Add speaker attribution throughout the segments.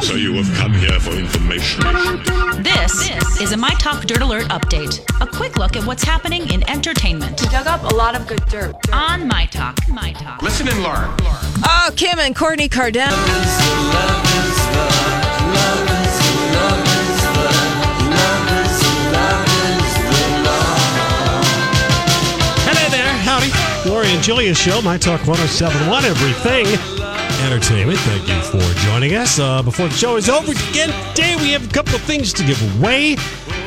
Speaker 1: So you have come here for information.
Speaker 2: This, is a My Talk Dirt Alert update. A quick look at what's happening in entertainment
Speaker 3: dug up a lot of good dirt.
Speaker 2: on My Talk. My Talk.
Speaker 4: Listen and learn.
Speaker 5: Oh, Kim and Courtney Kardashian.
Speaker 6: Hello there, howdy. Lori and Julia show, My Talk 1071, everything entertainment. Thank you for joining us. Uh, before the show is over again today, we have a couple of things to give away.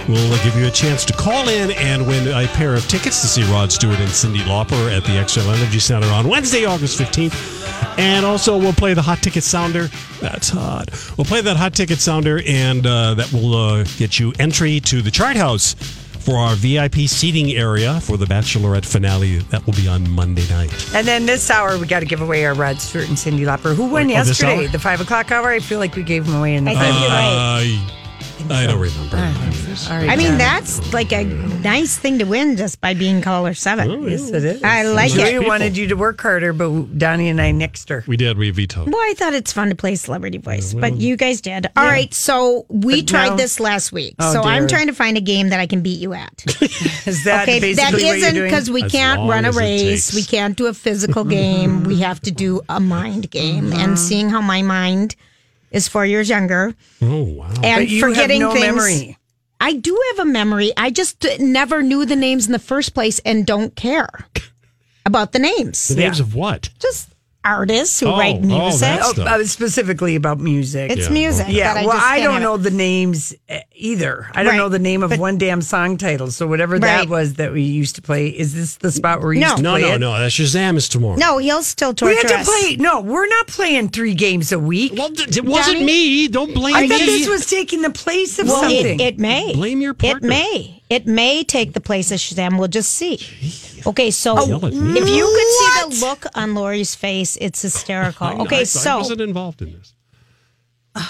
Speaker 6: We'll uh, give you a chance to call in and win a pair of tickets to see Rod Stewart and Cindy Lauper at the XL Energy Center on Wednesday, August 15th. And also, we'll play the hot ticket sounder. That's hot. We'll play that hot ticket sounder, and uh, that will uh, get you entry to the Chart House for our VIP seating area for the Bachelorette finale. That will be on Monday night.
Speaker 7: And then this hour, we got to give away our Rod Stewart and Cindy Lauper, who won
Speaker 6: Oh, this
Speaker 7: yesterday,
Speaker 6: hour?
Speaker 7: the five o'clock hour. I feel like we gave them away in the
Speaker 3: I think
Speaker 7: five.
Speaker 3: you're right.
Speaker 6: Uh, I don't remember.
Speaker 7: All right,
Speaker 3: I mean,
Speaker 7: Karen.
Speaker 3: that's like a nice thing to win just by being caller seven.
Speaker 7: Oh, yes, it is.
Speaker 3: I like
Speaker 7: Julia
Speaker 3: it.
Speaker 7: wanted you to work harder, but Donnie and I nixed her.
Speaker 6: We did. We vetoed.
Speaker 3: Well, I thought it's fun to play Celebrity Voice, but you guys did. All right, so we
Speaker 7: But
Speaker 3: tried
Speaker 7: now-
Speaker 3: this last week.
Speaker 7: Oh,
Speaker 3: so I'm
Speaker 7: dear.
Speaker 3: trying to find a game that I can beat you at.
Speaker 7: Is that
Speaker 3: Okay, that
Speaker 7: basically what you're
Speaker 3: isn't
Speaker 7: doing?
Speaker 3: because we
Speaker 6: As
Speaker 3: can't
Speaker 6: long
Speaker 3: run a
Speaker 6: as it
Speaker 3: race.
Speaker 6: takes.
Speaker 3: We can't do a physical game. we have to do a mind game.
Speaker 7: Uh-huh.
Speaker 3: And seeing how my mind is four years younger
Speaker 6: Oh wow!
Speaker 3: and
Speaker 7: But you
Speaker 3: forgetting
Speaker 7: have no
Speaker 3: things.
Speaker 7: memory.
Speaker 3: I do have a memory. I just d- never knew the names in the first place and don't care about the
Speaker 6: the
Speaker 3: names.
Speaker 6: names of what?
Speaker 3: Just artists who
Speaker 6: Oh,
Speaker 3: write
Speaker 6: oh,
Speaker 3: music.
Speaker 6: that's-
Speaker 7: Oh,
Speaker 6: Stuff.
Speaker 7: uh, specifically about music.
Speaker 3: it's
Speaker 6: Yeah,
Speaker 3: music.
Speaker 6: okay.
Speaker 7: yeah,
Speaker 3: but
Speaker 7: well,
Speaker 3: just
Speaker 7: I
Speaker 3: can't
Speaker 7: don't
Speaker 3: have
Speaker 7: know
Speaker 3: it.
Speaker 7: the names uh, either. I don't
Speaker 3: Right,
Speaker 7: know the name of
Speaker 3: but-
Speaker 7: one damn song title. So whatever
Speaker 3: Right.
Speaker 7: that was that we used to play, is this the spot where you
Speaker 3: No.
Speaker 7: used to
Speaker 6: No,
Speaker 7: play
Speaker 6: no,
Speaker 7: it?
Speaker 6: no. That Shazam is tomorrow.
Speaker 3: No, he'll still torture
Speaker 7: We had to
Speaker 3: us.
Speaker 7: play. No, we're not playing three games a week.
Speaker 6: Well, th- it wasn't
Speaker 3: Johnny?
Speaker 6: me. Don't blame
Speaker 7: I
Speaker 6: me.
Speaker 7: thought this was taking the place of
Speaker 3: Well,
Speaker 7: something.
Speaker 3: it, it may.
Speaker 6: Blame your
Speaker 3: It
Speaker 6: partner.
Speaker 3: may. It may take the place of Shazam. We'll just see. Okay, so
Speaker 6: Yell at me.
Speaker 3: if you could see the look on Lori's face, it's hysterical.
Speaker 6: I know,
Speaker 3: okay,
Speaker 6: I, I
Speaker 3: so
Speaker 6: wasn't involved in this.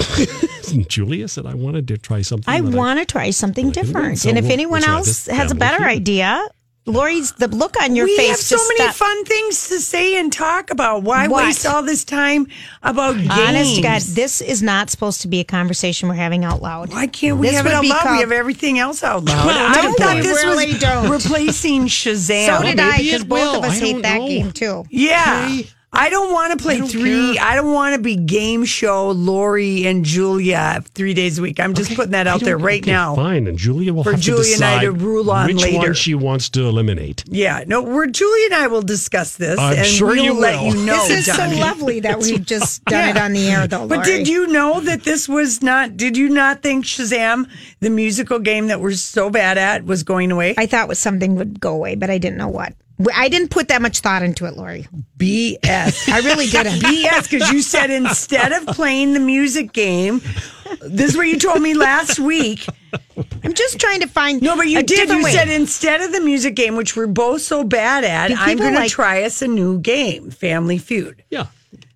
Speaker 6: Julia said I wanted to try something.
Speaker 3: I
Speaker 6: that
Speaker 3: want to try something
Speaker 6: Well, I didn't
Speaker 3: different.
Speaker 6: so
Speaker 3: and if
Speaker 6: we'll-
Speaker 3: anyone
Speaker 6: we'll try
Speaker 3: else
Speaker 6: this. Yeah,
Speaker 3: has a
Speaker 6: we'll
Speaker 3: better
Speaker 6: keep it.
Speaker 3: idea, Lori's the look on your
Speaker 7: we
Speaker 3: face.
Speaker 7: have so
Speaker 3: just
Speaker 7: many
Speaker 3: stop-
Speaker 7: fun things to say and talk about. Why
Speaker 3: What?
Speaker 7: waste all this time about games?
Speaker 3: Honest to God, this is not supposed to be a conversation we're having out loud.
Speaker 7: why can't we
Speaker 3: This
Speaker 7: have it
Speaker 3: would
Speaker 7: out
Speaker 3: be
Speaker 7: loud? we
Speaker 3: called-
Speaker 7: have everything else out loud.
Speaker 6: Well,
Speaker 7: I
Speaker 6: don't
Speaker 7: thought
Speaker 6: we
Speaker 7: this
Speaker 3: really
Speaker 7: was
Speaker 3: don't.
Speaker 7: replacing Shazam.
Speaker 3: So did I,
Speaker 6: maybe it
Speaker 3: because both of
Speaker 6: will.
Speaker 3: us
Speaker 6: I
Speaker 3: hate
Speaker 6: don't
Speaker 3: that
Speaker 6: know.
Speaker 3: game too.
Speaker 7: Yeah.
Speaker 6: Okay.
Speaker 7: I don't want to play
Speaker 6: don't
Speaker 7: three.
Speaker 6: care.
Speaker 7: I don't want to be game show Lori and Julia three days a week. I'm just putting that
Speaker 6: I
Speaker 7: out
Speaker 6: don't-
Speaker 7: there right
Speaker 6: okay,
Speaker 7: now.
Speaker 6: Fine, and Julia will
Speaker 7: For
Speaker 6: have
Speaker 7: Julia
Speaker 6: to
Speaker 7: and I
Speaker 6: decide
Speaker 7: to rule on
Speaker 6: which one
Speaker 7: later.
Speaker 6: she wants to eliminate.
Speaker 7: Yeah, no, we're Julia and I will discuss this,
Speaker 6: I'm
Speaker 7: and
Speaker 6: sure
Speaker 7: we'll
Speaker 6: you
Speaker 7: let
Speaker 6: will.
Speaker 7: you know.
Speaker 3: this is
Speaker 7: Donnie.
Speaker 3: so lovely that we've just done it on the air, though.
Speaker 7: But
Speaker 3: Lori.
Speaker 7: did you know that this was not? Did you not think Shazam, the musical game that we're so bad at, was going away?
Speaker 3: I thought was something would go away, but I didn't know what. I didn't put that much thought into it, Lori.
Speaker 7: BS.
Speaker 3: I really didn't.
Speaker 7: BS, because you said instead of playing the music game, this is what you told me last week.
Speaker 3: I'm just trying to find.
Speaker 7: No, but you
Speaker 3: a
Speaker 7: did.
Speaker 3: different
Speaker 7: You
Speaker 3: way.
Speaker 7: said instead of the music game, which we're both so bad at,
Speaker 3: Do
Speaker 7: I'm
Speaker 3: people
Speaker 7: going
Speaker 3: like-
Speaker 7: to try us a new game, Family Feud.
Speaker 6: Yeah.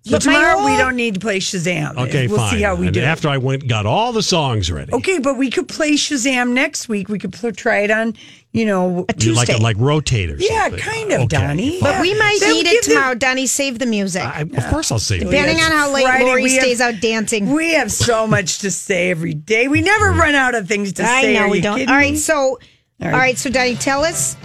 Speaker 7: So
Speaker 3: But my
Speaker 7: tomorrow we
Speaker 3: whole-
Speaker 7: don't need to play Shazam.
Speaker 6: Okay,
Speaker 7: we'll
Speaker 6: fine.
Speaker 7: see how we
Speaker 6: and
Speaker 7: do.
Speaker 6: After I went, got all the songs ready.
Speaker 7: Okay, but we could play Shazam next week. We could pl- try it on, you know,
Speaker 6: You like it like rotate or
Speaker 7: Yeah,
Speaker 6: something.
Speaker 7: kind of,
Speaker 6: Okay,
Speaker 7: Donnie.
Speaker 6: fine.
Speaker 3: but we might
Speaker 7: Then
Speaker 3: need
Speaker 7: give
Speaker 3: it
Speaker 7: the-
Speaker 3: tomorrow. Donnie, save the music.
Speaker 6: I, of course, I'll say
Speaker 3: Depending
Speaker 6: it.
Speaker 3: on how late
Speaker 7: Friday,
Speaker 3: Lori
Speaker 7: we have-
Speaker 3: stays out dancing.
Speaker 7: We have so much to say every day. We never
Speaker 6: Mm.
Speaker 7: run out of things to
Speaker 3: I
Speaker 7: say.
Speaker 3: know
Speaker 7: Are
Speaker 3: we
Speaker 7: you
Speaker 3: don't.
Speaker 7: kidding
Speaker 3: All
Speaker 7: me?
Speaker 3: right, so. All
Speaker 7: right.
Speaker 3: right, so Donnie, tell us.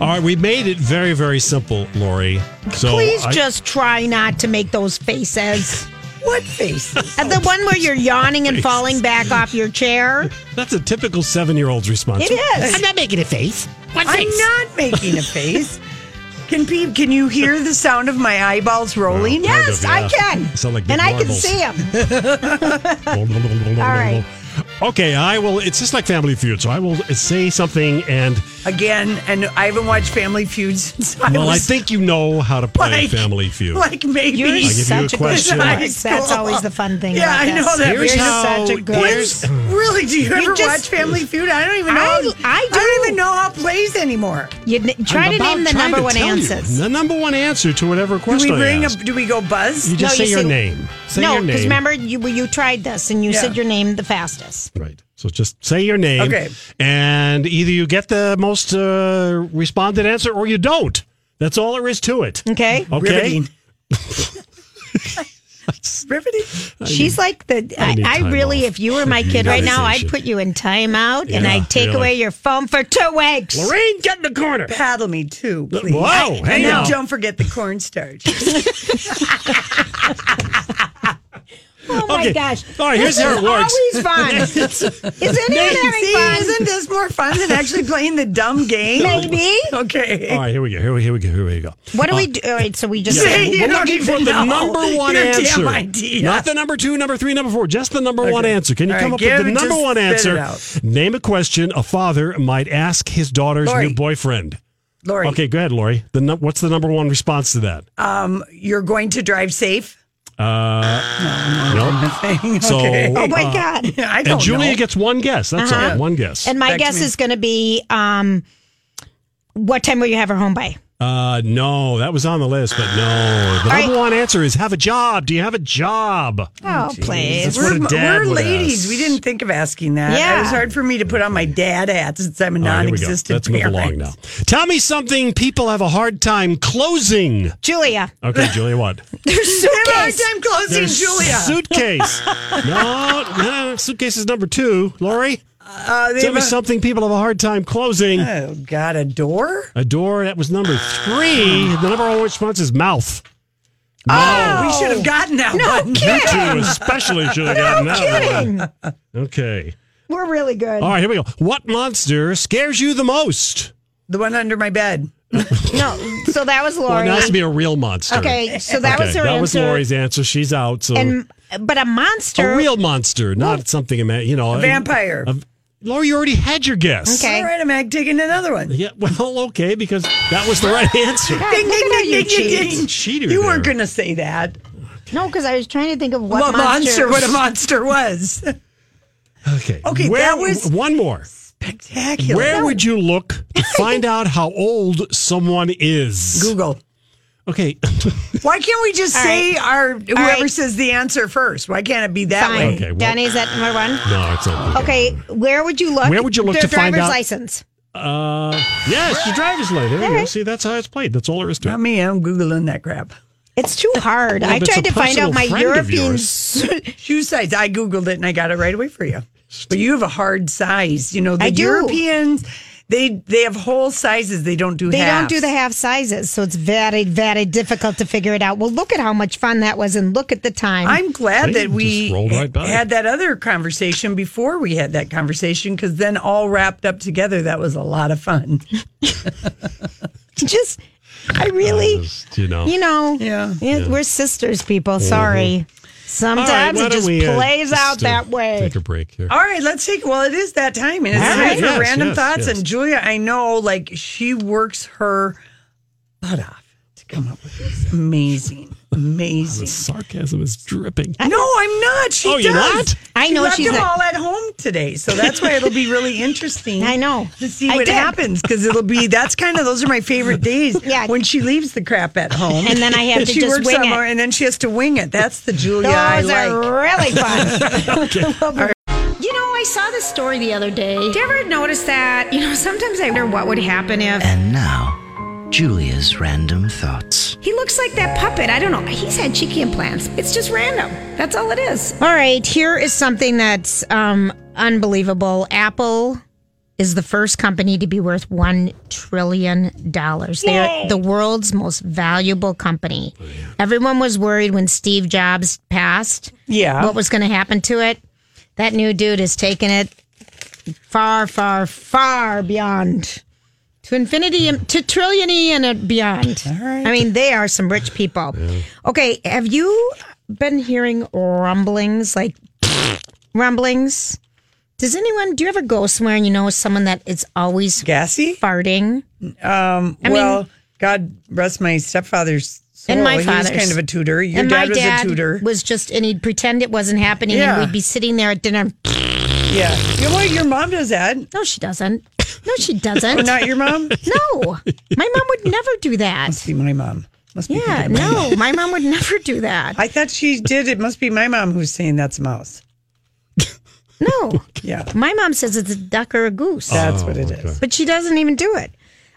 Speaker 6: All right, we made it very, very simple, Lori. So
Speaker 3: Please
Speaker 6: I-
Speaker 3: just try not to make those faces.
Speaker 7: What faces?
Speaker 3: And
Speaker 6: Oh,
Speaker 3: the one where you're yawning and falling back off your chair.
Speaker 6: That's a typical seven-year-old's response.
Speaker 3: It is.
Speaker 6: I'm not making a face. What
Speaker 7: I'm
Speaker 6: face?
Speaker 7: not making a face. Can pe- can you hear the sound of my eyeballs rolling?
Speaker 6: Well,
Speaker 3: Yes,
Speaker 6: Yeah.
Speaker 3: I can.
Speaker 6: Sound like big
Speaker 3: and I can
Speaker 6: marbles.
Speaker 3: see him.
Speaker 6: All
Speaker 3: right.
Speaker 6: Okay, I will. It's just like Family Feud, so I will say something, and
Speaker 7: Again, and I haven't watched Family Feud since I
Speaker 6: well, I
Speaker 7: was
Speaker 6: think you know how to play
Speaker 7: like
Speaker 6: Family Feud.
Speaker 7: Like maybe
Speaker 3: You're
Speaker 6: you a
Speaker 3: such a good
Speaker 6: question.
Speaker 3: sport.
Speaker 7: Nice.
Speaker 3: That's always the fun thing.
Speaker 7: Yeah,
Speaker 3: about
Speaker 7: I
Speaker 3: this.
Speaker 7: know that.
Speaker 3: You're
Speaker 6: Here's how-
Speaker 3: such a good.
Speaker 6: here's-
Speaker 7: really? Do you ever
Speaker 3: just-
Speaker 7: watch Family Feud? I don't even know.
Speaker 3: I- I do.
Speaker 7: don't even know how it plays anymore.
Speaker 3: You n- try
Speaker 6: I'm
Speaker 3: to
Speaker 6: about
Speaker 3: name the
Speaker 6: trying
Speaker 3: number
Speaker 6: to
Speaker 3: one
Speaker 6: tell you
Speaker 3: answers.
Speaker 6: The number one answer to whatever
Speaker 7: Do we
Speaker 6: question
Speaker 7: bring
Speaker 6: I
Speaker 7: a?
Speaker 6: asked.
Speaker 7: Do we go buzz?
Speaker 6: You just
Speaker 3: No,
Speaker 6: say
Speaker 3: you
Speaker 6: your
Speaker 3: say-
Speaker 6: name. Say
Speaker 3: no,
Speaker 6: your name.
Speaker 3: because remember you you tried this and you
Speaker 7: Yeah.
Speaker 3: said your name the fastest.
Speaker 6: Right. So just say your name.
Speaker 7: Okay.
Speaker 6: And either you get the most uh, responded answer or you don't. That's all there is to it.
Speaker 3: Okay.
Speaker 6: Okay.
Speaker 7: Riveting. Riveting.
Speaker 3: She's like the.
Speaker 6: I
Speaker 3: I,
Speaker 6: need
Speaker 3: I
Speaker 6: time
Speaker 3: really,
Speaker 6: off.
Speaker 3: if you were my kid
Speaker 6: Yeah,
Speaker 3: right now,
Speaker 6: I see
Speaker 3: I'd
Speaker 6: shit.
Speaker 3: put you in timeout and
Speaker 6: Yeah,
Speaker 3: I'd take
Speaker 6: really.
Speaker 3: away your phone for two weeks.
Speaker 6: Lorraine, get in the corner.
Speaker 7: Paddle me too, please.
Speaker 6: Whoa, hey
Speaker 7: and then
Speaker 6: now.
Speaker 7: don't forget the cornstarch.
Speaker 3: Oh my
Speaker 6: Okay.
Speaker 3: gosh!
Speaker 6: All right, here's
Speaker 3: This
Speaker 6: how
Speaker 3: is
Speaker 6: it works.
Speaker 3: Always fun. Is anyone having
Speaker 7: See,
Speaker 3: fun?
Speaker 7: isn't this more fun than actually playing the dumb game?
Speaker 3: Maybe.
Speaker 7: Okay.
Speaker 6: All right, here we go. Here we, here we go. Here we go.
Speaker 3: What do we do? All right, so we just.
Speaker 7: See, you
Speaker 6: We're
Speaker 7: don't
Speaker 6: looking for
Speaker 7: even
Speaker 6: the
Speaker 7: know
Speaker 6: number one
Speaker 7: your damn
Speaker 6: answer.
Speaker 7: idea.
Speaker 6: Not the number two, number three, number four. Just the number one answer. Can you
Speaker 7: All
Speaker 6: come
Speaker 7: right,
Speaker 6: up with
Speaker 7: give
Speaker 6: the
Speaker 7: it-
Speaker 6: number
Speaker 7: just
Speaker 6: one
Speaker 7: spit
Speaker 6: answer?
Speaker 7: it out.
Speaker 6: Name a question a father might ask his daughter's
Speaker 7: Lori.
Speaker 6: new boyfriend.
Speaker 7: Lori, Ah,
Speaker 6: Okay, go ahead, Lori. The num- what's the number one response to that?
Speaker 7: you're going to drive safe.
Speaker 6: no.
Speaker 7: okay.
Speaker 6: So,
Speaker 3: Oh my god!
Speaker 7: I don't
Speaker 6: and Julia
Speaker 7: know. Uh-huh.
Speaker 6: gets one guess. That's all. One guess.
Speaker 3: And my
Speaker 7: Back to
Speaker 3: guess
Speaker 7: me.
Speaker 3: is going to be, um, what time will you have her home by?
Speaker 6: Uh, no, that was on the list, but no. The
Speaker 3: All
Speaker 6: number
Speaker 3: right.
Speaker 6: one answer is have a job. Do you have a job?
Speaker 3: Oh, please.
Speaker 6: That's what a
Speaker 7: we're,
Speaker 6: dad
Speaker 7: we're
Speaker 6: would
Speaker 7: ladies.
Speaker 6: ask.
Speaker 7: We didn't think of asking that.
Speaker 3: Yeah.
Speaker 7: It was hard for me to put on my dad hat since I'm a
Speaker 6: All right, here we go.
Speaker 7: non-existent
Speaker 6: Let's move along
Speaker 7: parent.
Speaker 6: now. Tell me something people have a hard time closing.
Speaker 3: Julia,
Speaker 6: Okay, Julia, what?
Speaker 3: there's
Speaker 7: Have a hard
Speaker 3: suitcase.
Speaker 7: time closing,
Speaker 6: Their
Speaker 7: Julia.
Speaker 6: Suitcase. no, no, suitcase is number two. Lori,
Speaker 7: Uh, they
Speaker 6: tell me
Speaker 7: have a-
Speaker 6: something people have a hard time closing.
Speaker 7: oh, God, a door?
Speaker 6: A door, that was number three.
Speaker 7: uh.
Speaker 6: The number one response is mouth.
Speaker 7: We should have gotten that one.
Speaker 6: You two especially should have gotten that
Speaker 3: Kidding.
Speaker 6: one. Okay.
Speaker 3: We're really good.
Speaker 6: All right, here we go. What monster scares you the most?
Speaker 7: The one under my bed.
Speaker 3: No, so that was
Speaker 6: Well,
Speaker 3: Lori.
Speaker 6: it has to be a real monster.
Speaker 3: okay, so that
Speaker 6: Okay,
Speaker 3: was her
Speaker 6: that
Speaker 3: answer.
Speaker 6: was Lori's answer. She's out. So
Speaker 3: And but a monster.
Speaker 6: a real monster, not something ima- you know.
Speaker 7: A vampire.
Speaker 6: a- Lori, you already had your guess.
Speaker 3: Okay.
Speaker 7: All right, I'm ag- taking another one.
Speaker 6: Yeah. Well, okay, because that was the right answer.
Speaker 3: God, look at how you cheat.
Speaker 6: Cheater.
Speaker 7: You
Speaker 6: there.
Speaker 7: weren't going to say that.
Speaker 3: No, because I was trying to think of what,
Speaker 7: What
Speaker 3: monster.
Speaker 7: monster? What a monster was.
Speaker 6: Okay.
Speaker 7: Okay,
Speaker 6: Where,
Speaker 7: that was-
Speaker 6: one more.
Speaker 7: Spectacular.
Speaker 6: Where would you look to find out how old someone is?
Speaker 7: Google?
Speaker 6: Okay.
Speaker 7: Why can't we just
Speaker 3: All
Speaker 7: say our whoever
Speaker 3: right.
Speaker 7: says the answer first? Why can't it be that
Speaker 3: Fine.
Speaker 7: way?
Speaker 6: Okay, well-
Speaker 3: Danny's at number one.
Speaker 6: No, it's not. Google.
Speaker 3: Okay, where would you look?
Speaker 6: Where would you look
Speaker 3: Their
Speaker 6: to find
Speaker 3: driver's
Speaker 6: out-
Speaker 3: license.
Speaker 6: Uh, yes, your driver's license. There you go.
Speaker 3: Alright.
Speaker 6: See, that's how it's played. That's all there is to it.
Speaker 7: Not me. I'm googling that crap.
Speaker 3: It's too hard. I
Speaker 6: but it's
Speaker 3: tried
Speaker 6: a
Speaker 3: to find
Speaker 6: personal
Speaker 3: out my
Speaker 6: friend of
Speaker 3: European.
Speaker 6: yours.
Speaker 3: su-
Speaker 7: Shoe size. I googled it and I got it right away for you. But you have a hard size. You know the
Speaker 3: I do.
Speaker 7: Europeans. They they have whole sizes. They don't do.
Speaker 3: They don't
Speaker 7: halves.
Speaker 3: do the half sizes, so it's very, very difficult to figure it out. Well, look at how much fun that was, and look at the time.
Speaker 7: I'm glad
Speaker 6: They
Speaker 7: that we
Speaker 6: just rolled right by.
Speaker 7: had that other conversation before we had that conversation because then all wrapped up together, that was a lot of fun.
Speaker 3: just, I really,
Speaker 6: Just, Uh, you know.
Speaker 3: you know,
Speaker 7: Yeah.
Speaker 3: yeah, we're sisters, people. Sorry.
Speaker 6: Mm-hmm. All right,
Speaker 3: Sometimes
Speaker 6: why
Speaker 3: it
Speaker 6: don't
Speaker 3: just
Speaker 6: we, uh,
Speaker 3: plays
Speaker 6: just,
Speaker 3: out
Speaker 6: uh,
Speaker 3: that way.
Speaker 6: Take a break here.
Speaker 7: All right, let's take. Well, it is that time, and it's
Speaker 6: All
Speaker 7: time
Speaker 6: right,
Speaker 7: for
Speaker 6: yes,
Speaker 7: random
Speaker 6: yes,
Speaker 7: thoughts.
Speaker 6: yes.
Speaker 7: And Julia, I know, like she works her butt off to come up with these amazing, amazing.
Speaker 6: Sarcasm is dripping.
Speaker 7: No, I'm not. She
Speaker 6: Oh,
Speaker 7: does.
Speaker 6: you're not?
Speaker 3: I know
Speaker 7: she left
Speaker 3: she's
Speaker 7: them
Speaker 3: not.
Speaker 7: all at home today, so that's why it'll be really interesting.
Speaker 3: I know.
Speaker 7: to see
Speaker 3: I
Speaker 7: what
Speaker 3: did.
Speaker 7: happens because it'll be that's kind of those are my favorite days.
Speaker 3: Yeah.
Speaker 7: when she leaves the crap at home,
Speaker 3: And then I have to
Speaker 7: she
Speaker 3: just
Speaker 7: works
Speaker 3: wing it.
Speaker 7: somewhere, and then she has to wing it. That's the Julia
Speaker 3: Those
Speaker 7: I
Speaker 3: are
Speaker 7: like.
Speaker 3: really fun. We'll be
Speaker 4: You know, I saw this story the other day.
Speaker 8: Do you ever notice that? You know, sometimes I wonder what would happen if
Speaker 9: And now, Julia's random thoughts.
Speaker 8: he looks like that puppet. I don't know. He's had cheeky implants. It's just random. That's all it is.
Speaker 3: All right, here is something that's um, unbelievable. Apple is the first company to be worth $1 trillion. They're the world's most valuable company. Everyone was worried when Steve Jobs passed
Speaker 7: Yeah.
Speaker 3: what was going to happen to it. That new dude has taken it far, far, far beyond to infinity, and- to trillion and uh, beyond. I mean, they are some rich people. Okay, have you been hearing rumblings like rumblings? Does anyone do you ever go somewhere and you know someone that is always
Speaker 7: Gassy.
Speaker 3: farting? I mean-
Speaker 7: well, God rest my stepfather's soul.
Speaker 3: And my
Speaker 7: he was
Speaker 3: father's.
Speaker 7: kind of a tutor. Your
Speaker 3: and
Speaker 7: dad
Speaker 3: my
Speaker 7: was
Speaker 3: dad
Speaker 7: a tutor.
Speaker 3: was just and he'd pretend it wasn't happening
Speaker 7: Yeah.
Speaker 3: and we'd be sitting there at dinner.
Speaker 7: yeah. You know what? Your mom does that.
Speaker 3: No, she doesn't. No, she doesn't.
Speaker 7: Not your mom.
Speaker 3: No, my mom would never do that.
Speaker 7: See my mom. Must be.
Speaker 3: Yeah,
Speaker 7: thinking of my mom.
Speaker 3: no, my mom would never do that.
Speaker 7: I thought she did. It must be my mom who's saying that's a mouse.
Speaker 3: No,
Speaker 7: Yeah,
Speaker 3: my mom says it's a duck or a goose,
Speaker 7: that's what it is.
Speaker 3: but she doesn't even do it.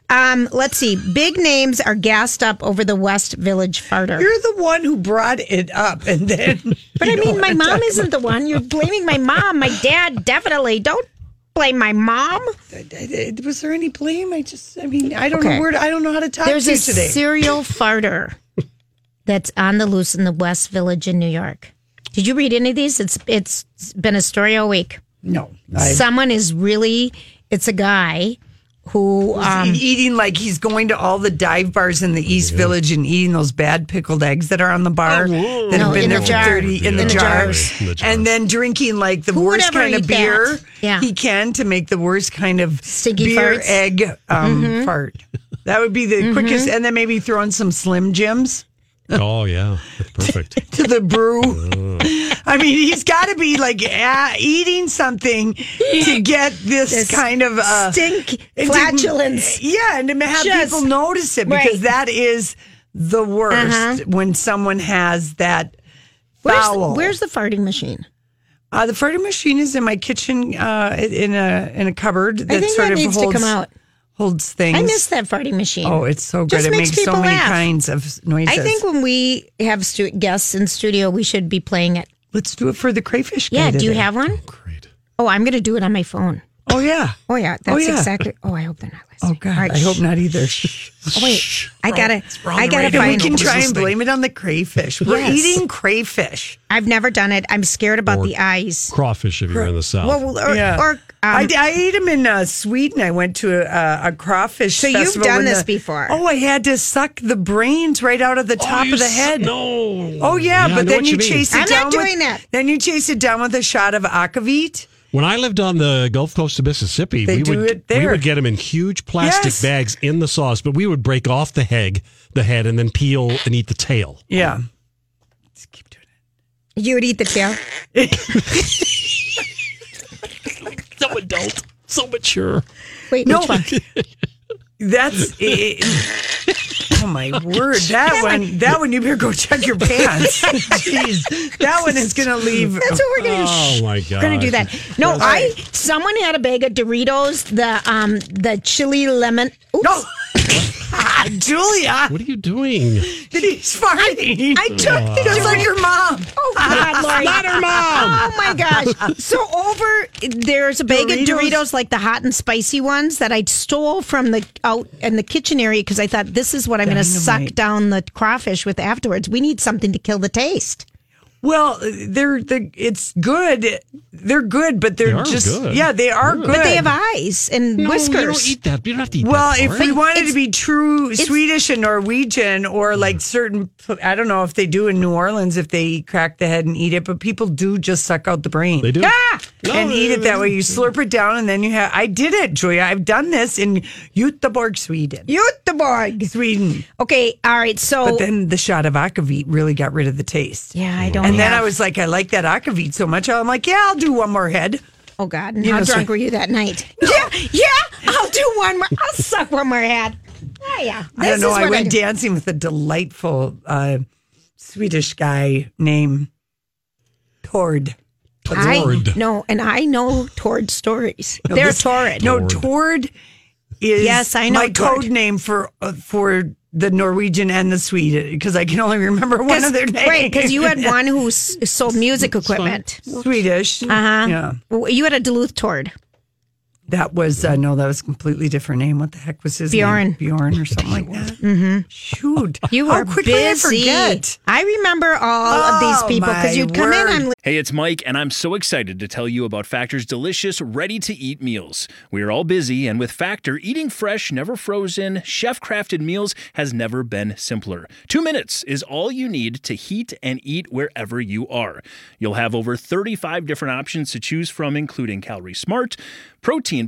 Speaker 3: Um, let's see. Big names are gassed up over the West Village farter.
Speaker 7: You're the one who brought it up, and then.
Speaker 3: but I mean, my mom isn't the one. You're blaming my mom. My dad definitely. Don't blame my mom.
Speaker 7: was there any blame? I just, I mean, I don't
Speaker 3: Okay.
Speaker 7: know where. I don't know how to talk
Speaker 3: There's
Speaker 7: to
Speaker 3: a
Speaker 7: you today.
Speaker 3: serial farter that's on the loose in the West Village in New York. Did you read any of these? It's it's been a story all week.
Speaker 7: no, I,
Speaker 3: Someone is really. It's a guy who um,
Speaker 7: He's eating like he's going to all the dive bars in the East Village and eating those bad pickled eggs that are on the bar that
Speaker 3: Oh, No,
Speaker 7: have been
Speaker 3: in
Speaker 7: there
Speaker 3: the
Speaker 7: for
Speaker 3: jar.
Speaker 7: thirty
Speaker 6: Yeah,
Speaker 7: in, the
Speaker 6: in the
Speaker 7: jars,
Speaker 6: jars. In the jar.
Speaker 7: and then drinking like the
Speaker 3: Who would
Speaker 7: worst
Speaker 3: ever
Speaker 7: kind of
Speaker 3: eat that?
Speaker 7: beer
Speaker 3: Yeah.
Speaker 7: he can to make the worst kind of
Speaker 3: Stinky
Speaker 7: beer
Speaker 3: farts. Mm-hmm.
Speaker 7: egg um, fart. That would be the quickest, and then maybe throwing some Slim Jims
Speaker 6: Oh yeah, That's perfect.
Speaker 7: to the brew. I mean, he's got to be like ah, eating something to get this, kind of uh,
Speaker 3: stink
Speaker 7: and to-
Speaker 3: flatulence.
Speaker 7: yeah, and to have
Speaker 3: Just-
Speaker 7: people notice it because
Speaker 3: Right. Uh-huh.
Speaker 7: that is the worst when someone has that
Speaker 3: Where's the,
Speaker 7: foul.
Speaker 3: where's the farting machine?
Speaker 7: uh, the farting machine is in my kitchen uh, in a in a cupboard that
Speaker 3: I think
Speaker 7: sort
Speaker 3: that
Speaker 7: of
Speaker 3: needs
Speaker 7: holds
Speaker 3: to come out.
Speaker 7: holds things.
Speaker 3: I miss that farting machine.
Speaker 7: Oh, it's so good!
Speaker 3: Just
Speaker 7: it
Speaker 3: makes
Speaker 7: makes so
Speaker 3: people
Speaker 7: many
Speaker 3: laugh.
Speaker 7: kinds of noises.
Speaker 3: I think when we have stu- guests in studio, we should be playing it.
Speaker 7: let's do it for the crayfish. guy
Speaker 3: Yeah, do you
Speaker 7: today.
Speaker 3: have one?
Speaker 6: Great.
Speaker 3: Oh, I'm going to do it on my phone.
Speaker 7: Oh yeah.
Speaker 3: Oh yeah, that's
Speaker 7: yeah.
Speaker 3: exactly. Oh, I hope they're not
Speaker 7: Oh
Speaker 3: listening.
Speaker 7: god,
Speaker 3: All right,
Speaker 7: I hope
Speaker 3: shh.
Speaker 7: not either.
Speaker 3: Oh, wait, I gotta, I gotta
Speaker 7: And we
Speaker 3: find.
Speaker 7: can try and blame it on the crayfish. We're
Speaker 3: Yes.
Speaker 7: eating crayfish.
Speaker 3: I've never done it. I'm scared about
Speaker 6: Or-
Speaker 3: the eyes.
Speaker 6: Crawfish if you're in the south.
Speaker 3: Well, or, or um,
Speaker 7: I, I ate them in uh, Sweden. I went to a, a crawfish.
Speaker 3: So you've
Speaker 7: festival
Speaker 3: done
Speaker 7: when
Speaker 3: this
Speaker 7: the-
Speaker 3: before.
Speaker 7: Oh, I had to suck the brains right out of the top
Speaker 6: Oh, you
Speaker 7: of the
Speaker 6: s-
Speaker 7: head.
Speaker 6: No.
Speaker 7: Oh yeah,
Speaker 6: I
Speaker 7: but
Speaker 6: know
Speaker 7: then
Speaker 6: what
Speaker 7: you,
Speaker 6: mean.
Speaker 7: chase it
Speaker 3: I'm not
Speaker 7: down. with,
Speaker 3: doing that.
Speaker 7: Then you chase it down with a shot of akavit.
Speaker 6: When I lived on the Gulf Coast of Mississippi,
Speaker 7: They
Speaker 6: we
Speaker 7: do
Speaker 6: would
Speaker 7: it there.
Speaker 6: we would get them in huge plastic
Speaker 7: Yes.
Speaker 6: bags in the sauce, but we would break off the head, the head, and then peel and eat the tail.
Speaker 7: Yeah. Just keep doing it.
Speaker 3: you would eat the tail.
Speaker 6: So adult, so mature.
Speaker 3: Wait,
Speaker 7: No.
Speaker 3: which one?
Speaker 7: That's it. Oh my word! That one, that one, you better go check your pants. Jeez, that one is gonna leave.
Speaker 3: That's what we're gonna.
Speaker 6: Oh,
Speaker 3: shh,
Speaker 6: my
Speaker 3: We're gonna do
Speaker 6: gosh.
Speaker 3: that. No, I. Someone had a bag of Doritos, the um, the chili lemon. Oops.
Speaker 7: No, Julia,
Speaker 6: What are you doing?
Speaker 7: she's farting.
Speaker 3: I took the
Speaker 7: just like your mom.
Speaker 3: Oh God, Lori!
Speaker 6: Not her mom.
Speaker 3: Oh my gosh! So over there's a bag of
Speaker 7: Doritos.
Speaker 3: Doritos, like the hot and spicy ones that I stole from the out in the kitchen area because I thought this is what I'm going to suck
Speaker 7: Dynamite.
Speaker 3: down the crawfish with afterwards. We need something to kill the taste.
Speaker 7: Well, they're the it's good. They're good, but they're
Speaker 6: They are
Speaker 7: just
Speaker 6: good.
Speaker 7: yeah, they are good.
Speaker 3: But they have eyes and
Speaker 6: No,
Speaker 3: whiskers.
Speaker 6: You don't eat that. You don't have to eat
Speaker 7: well,
Speaker 6: that.
Speaker 7: if we
Speaker 6: part.
Speaker 7: wanted to be true Swedish and Norwegian or like certain I don't know if they do in New Orleans if they crack the head and eat it, but people do just suck out the brain.
Speaker 6: they do. No,
Speaker 7: and eat it
Speaker 6: they-
Speaker 7: that way. You slurp it down and then you have I did it, Julia. I've done this in Göteborg, Sweden.
Speaker 3: Göteborg. Oh.
Speaker 7: Sweden.
Speaker 3: Okay, all right. So
Speaker 7: But then the shot of akavit really got rid of the taste.
Speaker 3: Oh, yeah, I don't.
Speaker 7: And then
Speaker 3: have-
Speaker 7: I was like, I like that akavit so much. I'm like, yeah, I'll do one more head.
Speaker 3: oh God, and
Speaker 7: You
Speaker 3: how
Speaker 7: know, so-
Speaker 3: drunk were you that night? Yeah, yeah. I'll do one more. I'll suck one more head. Oh yeah.
Speaker 7: I don't
Speaker 3: This
Speaker 7: know.
Speaker 3: is
Speaker 7: I
Speaker 3: what
Speaker 7: went
Speaker 3: do.
Speaker 7: dancing with a delightful uh, Swedish guy named Tord.
Speaker 3: I
Speaker 6: Torrid.
Speaker 3: no, and I know Tord stories. They're
Speaker 7: this-
Speaker 3: torrid.
Speaker 7: No,
Speaker 6: Tord.
Speaker 7: Tord is
Speaker 3: Yes, I know
Speaker 7: my
Speaker 3: Tord.
Speaker 7: code name for uh, for the Norwegian and the Swede because I can only remember one of their names.
Speaker 3: Right, because you had one who s- sold music equipment.
Speaker 7: Swedish. Uh
Speaker 3: Uh-huh.
Speaker 7: Yeah,
Speaker 3: W- You had a Duluth Tord.
Speaker 7: that was uh, no, that was a completely different name. What the heck was his
Speaker 3: Bjorn.
Speaker 7: name? Bjorn or something like that. Mm-hmm. Shoot,
Speaker 3: You
Speaker 7: How
Speaker 3: were
Speaker 7: quickly
Speaker 3: busy.
Speaker 7: I forget.
Speaker 3: I remember all of these
Speaker 7: Oh,
Speaker 3: people
Speaker 7: my
Speaker 3: because you'd come
Speaker 7: word.
Speaker 3: in on
Speaker 10: Hey, it's Mike, and I'm so excited to tell you about Factor's delicious, ready to eat meals. We are all busy, and with Factor, eating fresh, never frozen, chef crafted meals has never been simpler. Two minutes is all you need to heat and eat wherever you are. You'll have over 35 different options to choose from, including Calorie Smart, Protein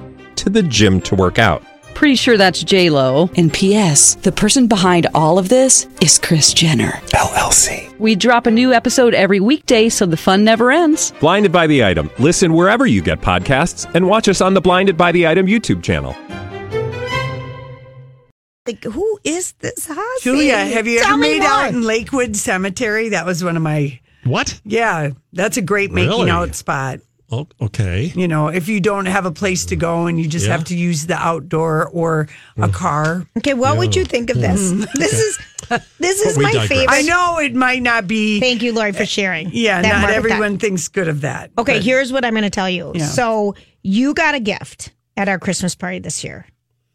Speaker 11: to the gym to work out.
Speaker 12: Pretty sure that's J Lo.
Speaker 13: And P.S. The person behind all of this is Chris Jenner
Speaker 11: LLC.
Speaker 12: We drop a new episode every weekday, so the fun never ends.
Speaker 11: Blinded by the item. Listen wherever you get podcasts, and watch us on the Blinded by the Item YouTube channel.
Speaker 8: Like, who is this hussy?
Speaker 7: Julia, have you
Speaker 8: Tell
Speaker 7: ever
Speaker 8: me
Speaker 7: made out
Speaker 8: more.
Speaker 7: in Lakewood Cemetery? That was one of my.
Speaker 6: What?
Speaker 7: Yeah, that's a great making
Speaker 6: Really?
Speaker 7: out spot.
Speaker 6: Oh, okay.
Speaker 7: You know, if you don't have a place to go and you just
Speaker 6: Yeah. Mm.
Speaker 7: have to use the outdoor or a car.
Speaker 3: Okay, what would you think of this? This is this is
Speaker 6: Hmm. We
Speaker 3: my
Speaker 6: digress.
Speaker 3: favorite.
Speaker 7: I know it might not be.
Speaker 3: Thank you, Lori, for sharing.
Speaker 7: Yeah,
Speaker 3: that
Speaker 7: not
Speaker 3: market
Speaker 7: everyone
Speaker 3: time.
Speaker 7: thinks good of that.
Speaker 3: Okay,
Speaker 7: but-
Speaker 3: here's what I'm going to tell you.
Speaker 7: Yeah.
Speaker 3: So you got a gift at our Christmas party this year.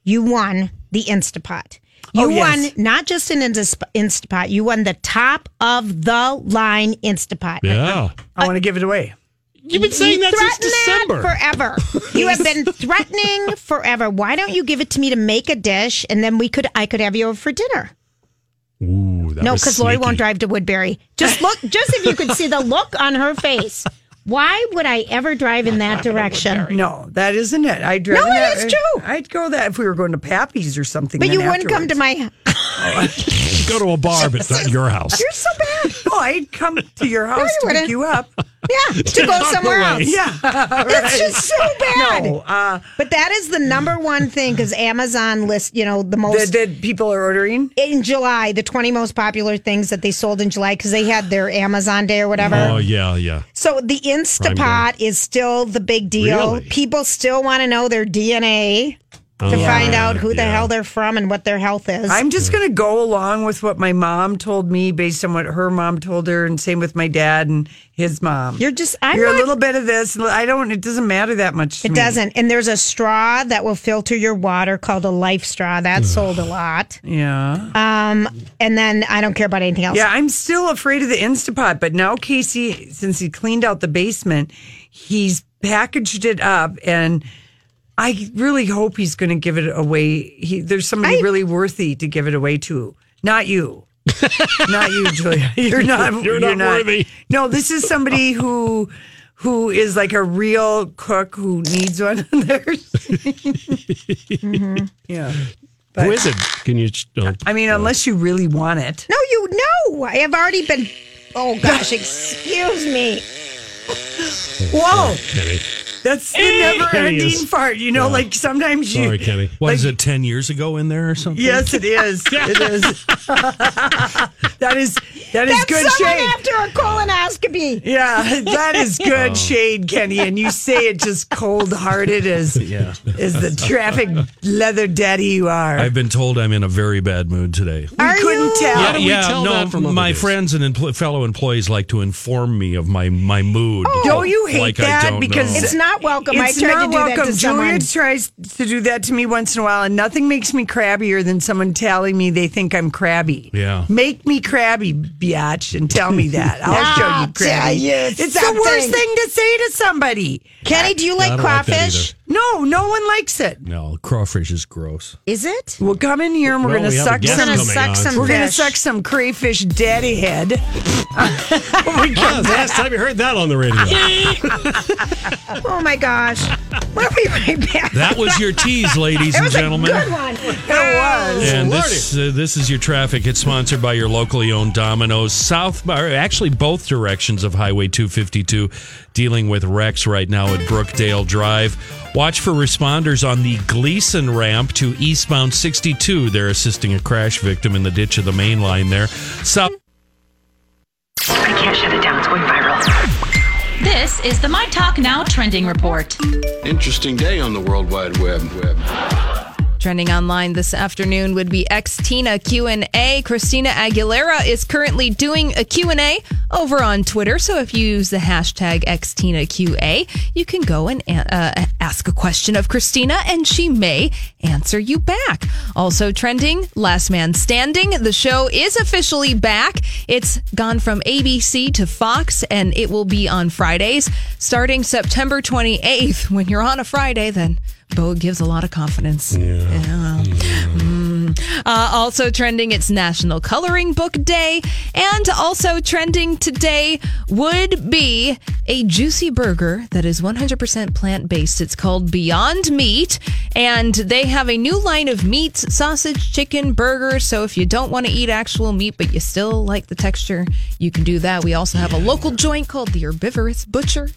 Speaker 3: You won the Instapot. You
Speaker 7: Oh, yes.
Speaker 3: won not just an Instas- Instapot. You won the top of the line Instapot.
Speaker 6: Yeah.
Speaker 7: I want to give it away.
Speaker 6: You've been saying that since
Speaker 3: Threaten
Speaker 6: December.
Speaker 3: that forever. You have been threatening forever. Why don't you give it to me to make a dish, and then we could I could have you over for dinner.
Speaker 6: Ooh, that
Speaker 3: No,
Speaker 6: was
Speaker 3: because Lori won't
Speaker 6: sneaky.
Speaker 3: drive to Woodbury. Just look, just if you could see the look on her face. Why would I ever drive in that direction?
Speaker 7: No, that isn't it. I'd drive.
Speaker 3: No, it
Speaker 7: that-
Speaker 3: is true.
Speaker 7: I'd go that if we were going to Pappy's or something.
Speaker 3: But
Speaker 7: then
Speaker 3: you wouldn't come to
Speaker 7: afterwards.
Speaker 3: my.
Speaker 6: Go to a bar, but not your house.
Speaker 3: You're so bad.
Speaker 7: No, I'd come to your house to
Speaker 3: wouldn't.
Speaker 7: pick you up.
Speaker 3: Yeah, to go somewhere
Speaker 6: away.
Speaker 3: else.
Speaker 7: Yeah,
Speaker 3: It's just so bad.
Speaker 7: No, uh,
Speaker 3: But that is the number one thing because Amazon lists, you know, the
Speaker 7: that,
Speaker 3: most
Speaker 7: that people are ordering.
Speaker 3: in July, the 20 most popular things that they sold in July because they had their Amazon day or whatever.
Speaker 6: Oh yeah, yeah.
Speaker 3: So the
Speaker 6: Prime
Speaker 3: Instapot is still the big deal.
Speaker 6: Really?
Speaker 3: People still want to know their DNA to
Speaker 6: Oh,
Speaker 3: find out who the
Speaker 6: yeah.
Speaker 3: hell they're from and what their health is.
Speaker 7: I'm just going to go along with what my mom told me, based on what her mom told her, and same with my dad and his mom.
Speaker 3: You're just I'm
Speaker 7: You're
Speaker 3: not-
Speaker 7: a little bit of this. I don't. It doesn't matter that much. To
Speaker 3: it
Speaker 7: me.
Speaker 3: doesn't. And there's a straw that will filter your water called a life straw. That sold a lot.
Speaker 7: Yeah.
Speaker 3: And then I don't care about anything else.
Speaker 7: Yeah, I'm still afraid of the Instapot, but now Casey, since he cleaned out the basement, he's packaged it up, and I really hope he's going to give it away. He, there's somebody really worthy to give it away to, not you. not you, Julia. You're not.
Speaker 6: You're not worthy.
Speaker 7: No, this is somebody who, who is like a real cook who needs one of theirs. Yeah,
Speaker 6: Mm-hmm. Who is it? Can you? oh,
Speaker 7: I mean, unless you really want it.
Speaker 3: No, you know. I have already been. Oh gosh, excuse me.
Speaker 7: Whoa,
Speaker 6: Kenny.
Speaker 7: that's the never-ending
Speaker 6: Hideous.
Speaker 7: part. You know, like sometimes you.
Speaker 6: Sorry, Kenny.
Speaker 14: What is
Speaker 7: Like-
Speaker 14: it, 10 years ago in there or something?
Speaker 7: Yes, it is. It is. that is that is
Speaker 3: That's
Speaker 7: good
Speaker 3: someone
Speaker 7: shade.
Speaker 3: after a colonoscopy.
Speaker 7: yeah, that is good shade, Kenny. And you say it just cold hearted as
Speaker 14: Yeah.
Speaker 7: as the traffic leather daddy you are.
Speaker 14: I've been told I'm in a very bad mood today.
Speaker 7: we couldn't tell.
Speaker 6: do we tell
Speaker 14: no,
Speaker 6: that from other
Speaker 14: my
Speaker 6: days?
Speaker 14: friends and empl- fellow employees like to inform me of my my mood.
Speaker 6: Oh,
Speaker 7: Don't you hate
Speaker 14: like
Speaker 7: that?
Speaker 14: I don't
Speaker 7: Because
Speaker 14: know.
Speaker 3: It's not welcome.
Speaker 7: It's
Speaker 3: I tried
Speaker 7: not
Speaker 3: to do
Speaker 7: welcome.
Speaker 3: that to
Speaker 7: Julia
Speaker 3: someone.
Speaker 7: tries to do that to me once in a while, and nothing makes me crabbier than someone telling me they think I'm crabby.
Speaker 14: Yeah.
Speaker 7: make me crabby, biatch, and tell me that. I'll show
Speaker 3: Ah,
Speaker 7: you crabby. it's the
Speaker 3: something.
Speaker 7: worst thing to say to somebody.
Speaker 3: Kenny, do you
Speaker 14: I
Speaker 3: like
Speaker 14: don't like that
Speaker 3: crawfish?
Speaker 7: No, no one likes it.
Speaker 14: no, crawfish is gross.
Speaker 3: is it?
Speaker 7: We'll come in here and we're
Speaker 6: Well,
Speaker 7: gonna
Speaker 6: we have a
Speaker 7: suck
Speaker 6: guest
Speaker 7: some.
Speaker 3: We're gonna
Speaker 6: coming
Speaker 3: suck
Speaker 6: on.
Speaker 3: some
Speaker 7: We're gonna
Speaker 3: fish.
Speaker 7: suck some crayfish daddy head. When
Speaker 6: That
Speaker 7: we come
Speaker 6: was the Ah, last time you heard that on the radio.
Speaker 3: Oh my gosh. We'll be right back.
Speaker 14: That was your tease, ladies
Speaker 3: It
Speaker 14: and
Speaker 3: was
Speaker 14: gentlemen.
Speaker 3: a good one.
Speaker 7: back, it was.
Speaker 14: And this uh, this is your traffic. It's sponsored by your locally owned Domino's. South, or actually both directions of Highway 252, dealing with wrecks right now at Brookdale Drive. Watch for responders on the Gleason ramp to eastbound 62. They're assisting a crash victim in the ditch of the main line there. South.
Speaker 13: I can't shut it down. It's going viral.
Speaker 2: This is the My Talk Now trending report.
Speaker 1: Interesting day on the World Wide Web.
Speaker 5: trending online this afternoon would be ex Tina Q&A. Christina Aguilera is currently doing a Q&A over on Twitter. So if you use the hashtag ex Tina QA, you can go and uh, ask a question of Christina and she may answer you back. Also trending, Last Man Standing. The show is officially back. It's gone from ABC to Fox and it will be on Fridays starting September 28th. When you're on a Friday, then Bo gives a lot of confidence. Yeah. Uh, Mm. Uh, also trending, it's National Coloring Book Day. And also trending today would be a juicy burger that is 100% plant based. It's called Beyond Meat. And they have a new line of meats, sausage, chicken, burgers. So if you don't want to eat actual meat, but you still like the texture, you can do that. We also have a local joint called the Herbivorous Butcher.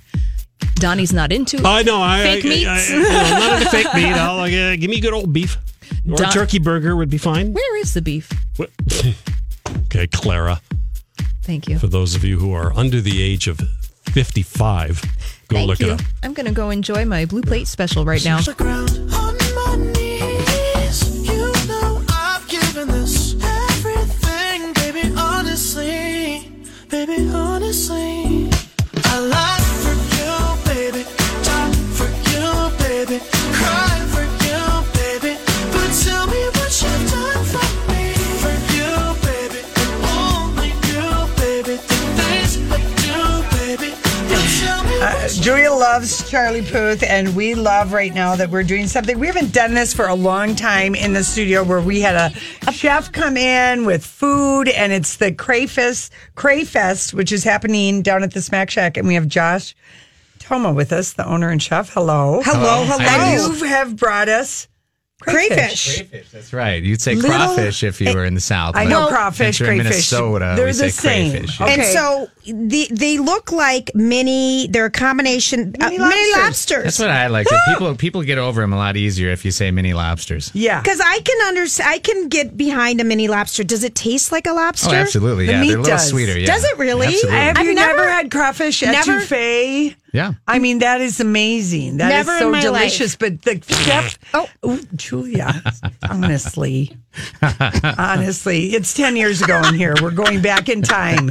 Speaker 5: Donnie's not into.
Speaker 6: I know. I,
Speaker 5: fake
Speaker 6: I,
Speaker 5: meats.
Speaker 6: I, I, am not into fake meat. I'll, uh, give me good old beef. Or
Speaker 5: Don-
Speaker 6: a turkey burger would be fine.
Speaker 5: Where is the beef?
Speaker 6: What- okay, Clara.
Speaker 5: Thank you.
Speaker 6: For those of you who are under the age of 55, go
Speaker 5: Thank
Speaker 6: look
Speaker 5: you.
Speaker 6: it up.
Speaker 5: I'm gonna go enjoy my blue plate special right now.
Speaker 7: Uh, Julia loves Charlie Puth, and we love right now that we're doing something. We haven't done this for a long time in the studio where we had a, chef come in with food, and it's the Crayfest, Crayfest, which is happening down at the Smack Shack. And we have Josh Toma with us, the owner and chef. Hello.
Speaker 15: Hello, hello.
Speaker 7: And you have brought us crayfish.
Speaker 15: That's right. You'd say
Speaker 7: Little-
Speaker 15: crawfish if you were in the South.
Speaker 7: I
Speaker 15: but
Speaker 7: know
Speaker 15: since
Speaker 7: crawfish,
Speaker 15: you're in
Speaker 7: crayfish.
Speaker 15: Minnesota,
Speaker 7: They're
Speaker 15: we say
Speaker 7: the same.
Speaker 15: crayfish.
Speaker 7: Okay.
Speaker 3: And so the, they look like mini, they're a combination, uh, mini lobsters.
Speaker 15: That's what I like. that People people get over them a lot easier if you say mini lobsters.
Speaker 7: Yeah.
Speaker 3: Because I can understand, I can get behind a mini lobster. Does it taste like a lobster?
Speaker 15: Oh, absolutely.
Speaker 3: The
Speaker 15: yeah,
Speaker 3: meat
Speaker 15: they're a little
Speaker 3: does.
Speaker 15: sweeter. Yeah.
Speaker 3: Does it really?
Speaker 15: Absolutely.
Speaker 7: Have
Speaker 3: I've
Speaker 7: you never,
Speaker 3: never-
Speaker 7: had crawfish at
Speaker 3: Never.
Speaker 7: Touffet?
Speaker 15: Yeah.
Speaker 7: I mean, that is amazing. That is
Speaker 3: Never in
Speaker 7: so
Speaker 3: my
Speaker 7: delicious. But the chef, oh, Julia, honestly, honestly, it's 10 years ago in here. We're going back in time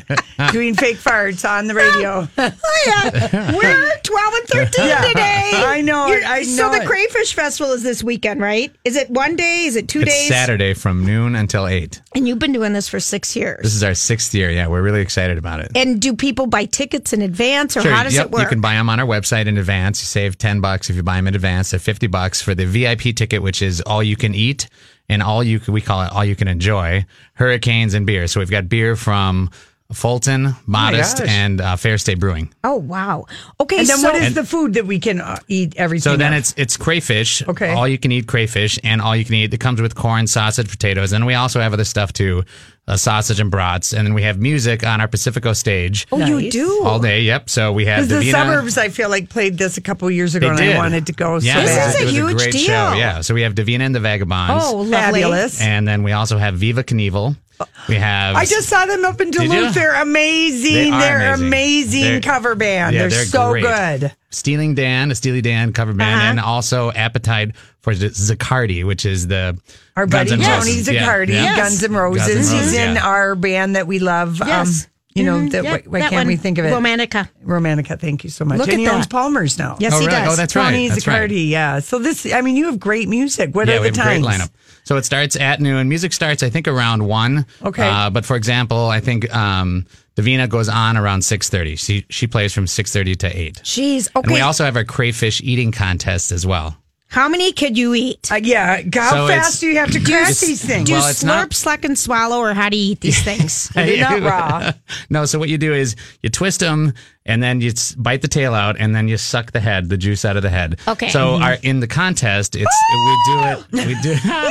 Speaker 7: doing fake farts on the radio.
Speaker 3: Oh, yeah. We're 12 and 13
Speaker 7: Yeah.
Speaker 3: today.
Speaker 7: I know it.
Speaker 3: You're-
Speaker 7: I
Speaker 3: So
Speaker 7: know
Speaker 3: the
Speaker 7: it.
Speaker 3: Crayfish Festival is this weekend, right? Is it one day? Is it two
Speaker 15: It's
Speaker 3: days?
Speaker 15: Saturday from noon until eight.
Speaker 3: And you've been doing this for six years.
Speaker 15: This is our sixth year. Yeah, we're really excited about it.
Speaker 3: And do people buy tickets in advance or how does
Speaker 15: yep,
Speaker 3: it work?
Speaker 15: You can buy them on our website in advance. You save ten bucks if you buy them in advance. They're fifty bucks for the VIP ticket, which is all you can eat and all you can, we call it all you can enjoy. Hurricanes and beer. So we've got beer from Fulton, Modest,
Speaker 7: gosh.
Speaker 15: and uh, Fair State Brewing.
Speaker 3: oh, wow. Okay,
Speaker 7: And then
Speaker 3: so
Speaker 7: what is
Speaker 15: And-
Speaker 7: the food that we can uh, eat every
Speaker 15: So then
Speaker 7: of?
Speaker 15: it's it's crayfish.
Speaker 7: Okay.
Speaker 15: All you can eat crayfish and all you can eat. It comes with corn, sausage, potatoes, and we also have other stuff too, uh, sausage and brats. And then we have music on our Pacifico stage.
Speaker 3: Oh, you do?
Speaker 15: All day. Yep. So we have
Speaker 7: Because the
Speaker 15: Davina.
Speaker 7: suburbs, I feel like, played this a couple years ago,
Speaker 15: They
Speaker 7: and
Speaker 15: did.
Speaker 7: I wanted to go.
Speaker 15: Yeah,
Speaker 7: so
Speaker 15: it
Speaker 7: bad.
Speaker 15: was- it was a great Show. Yeah. So we have Davina and the Vagabonds.
Speaker 3: Oh, lovely.
Speaker 7: fabulous.
Speaker 15: And then we also have Viva Knievel. We have.
Speaker 7: Uh, I just saw them up in
Speaker 15: Did ya?
Speaker 7: Duluth. They're amazing.
Speaker 15: They are
Speaker 7: are
Speaker 15: amazing.
Speaker 7: amazing
Speaker 15: They're-
Speaker 7: cover band.
Speaker 15: Yeah,
Speaker 7: they're,
Speaker 15: they're
Speaker 7: so
Speaker 15: great.
Speaker 7: good.
Speaker 15: Stealing Dan, a Steely Dan cover band,
Speaker 7: Uh-huh.
Speaker 15: and also Appetite for Z- Zicardi, which is the
Speaker 7: Our
Speaker 15: Guns
Speaker 7: buddy
Speaker 15: N'
Speaker 7: Tony
Speaker 15: Roses. Yeah,
Speaker 7: Zaccardi,
Speaker 15: yeah.
Speaker 7: Guns N' Roses.
Speaker 15: Guns N'
Speaker 7: He's
Speaker 15: Roses,
Speaker 7: in
Speaker 15: yeah.
Speaker 7: our band that we love.
Speaker 3: Yes.
Speaker 7: Um, you know,
Speaker 3: Mhm,
Speaker 7: that,
Speaker 3: yep,
Speaker 7: why, why
Speaker 3: that
Speaker 7: can't we
Speaker 3: one.
Speaker 7: think of it?
Speaker 3: Romantica.
Speaker 7: Romantica, thank you so much.
Speaker 3: Look
Speaker 7: and
Speaker 3: at
Speaker 7: he owns
Speaker 3: that.
Speaker 7: Palmer's now.
Speaker 3: Yes,
Speaker 15: Oh,
Speaker 3: he
Speaker 15: right.
Speaker 3: does.
Speaker 15: Oh, that's right.
Speaker 7: Tony
Speaker 15: That's right.
Speaker 7: Zaccardi, yeah. So this, I mean, you have great music. What
Speaker 15: yeah,
Speaker 7: are
Speaker 15: we
Speaker 7: the
Speaker 15: have
Speaker 7: times?
Speaker 15: a great lineup. So it starts at noon. Music starts, I think, around one.
Speaker 7: Okay.
Speaker 15: Uh, but for example, I think um, Davina goes on around six thirty. She she plays from six thirty to eight.
Speaker 3: Jeez,
Speaker 15: And we
Speaker 3: okay.
Speaker 15: also have a crayfish eating contest as well.
Speaker 3: how many could you eat?
Speaker 7: Uh, yeah, how
Speaker 15: So it's-
Speaker 7: fast do you have to
Speaker 15: Do
Speaker 7: crack
Speaker 15: it's-
Speaker 7: these things?
Speaker 3: Do you
Speaker 15: Well, it's
Speaker 3: slurp,
Speaker 15: not-
Speaker 3: suck, and swallow, or how do you eat these things?
Speaker 7: They're not raw.
Speaker 15: no, so what you do is you twist them and then you s- bite the tail out and then you suck the head, the juice out of the head.
Speaker 3: Okay.
Speaker 15: So our in the contest, it's we do it. We do.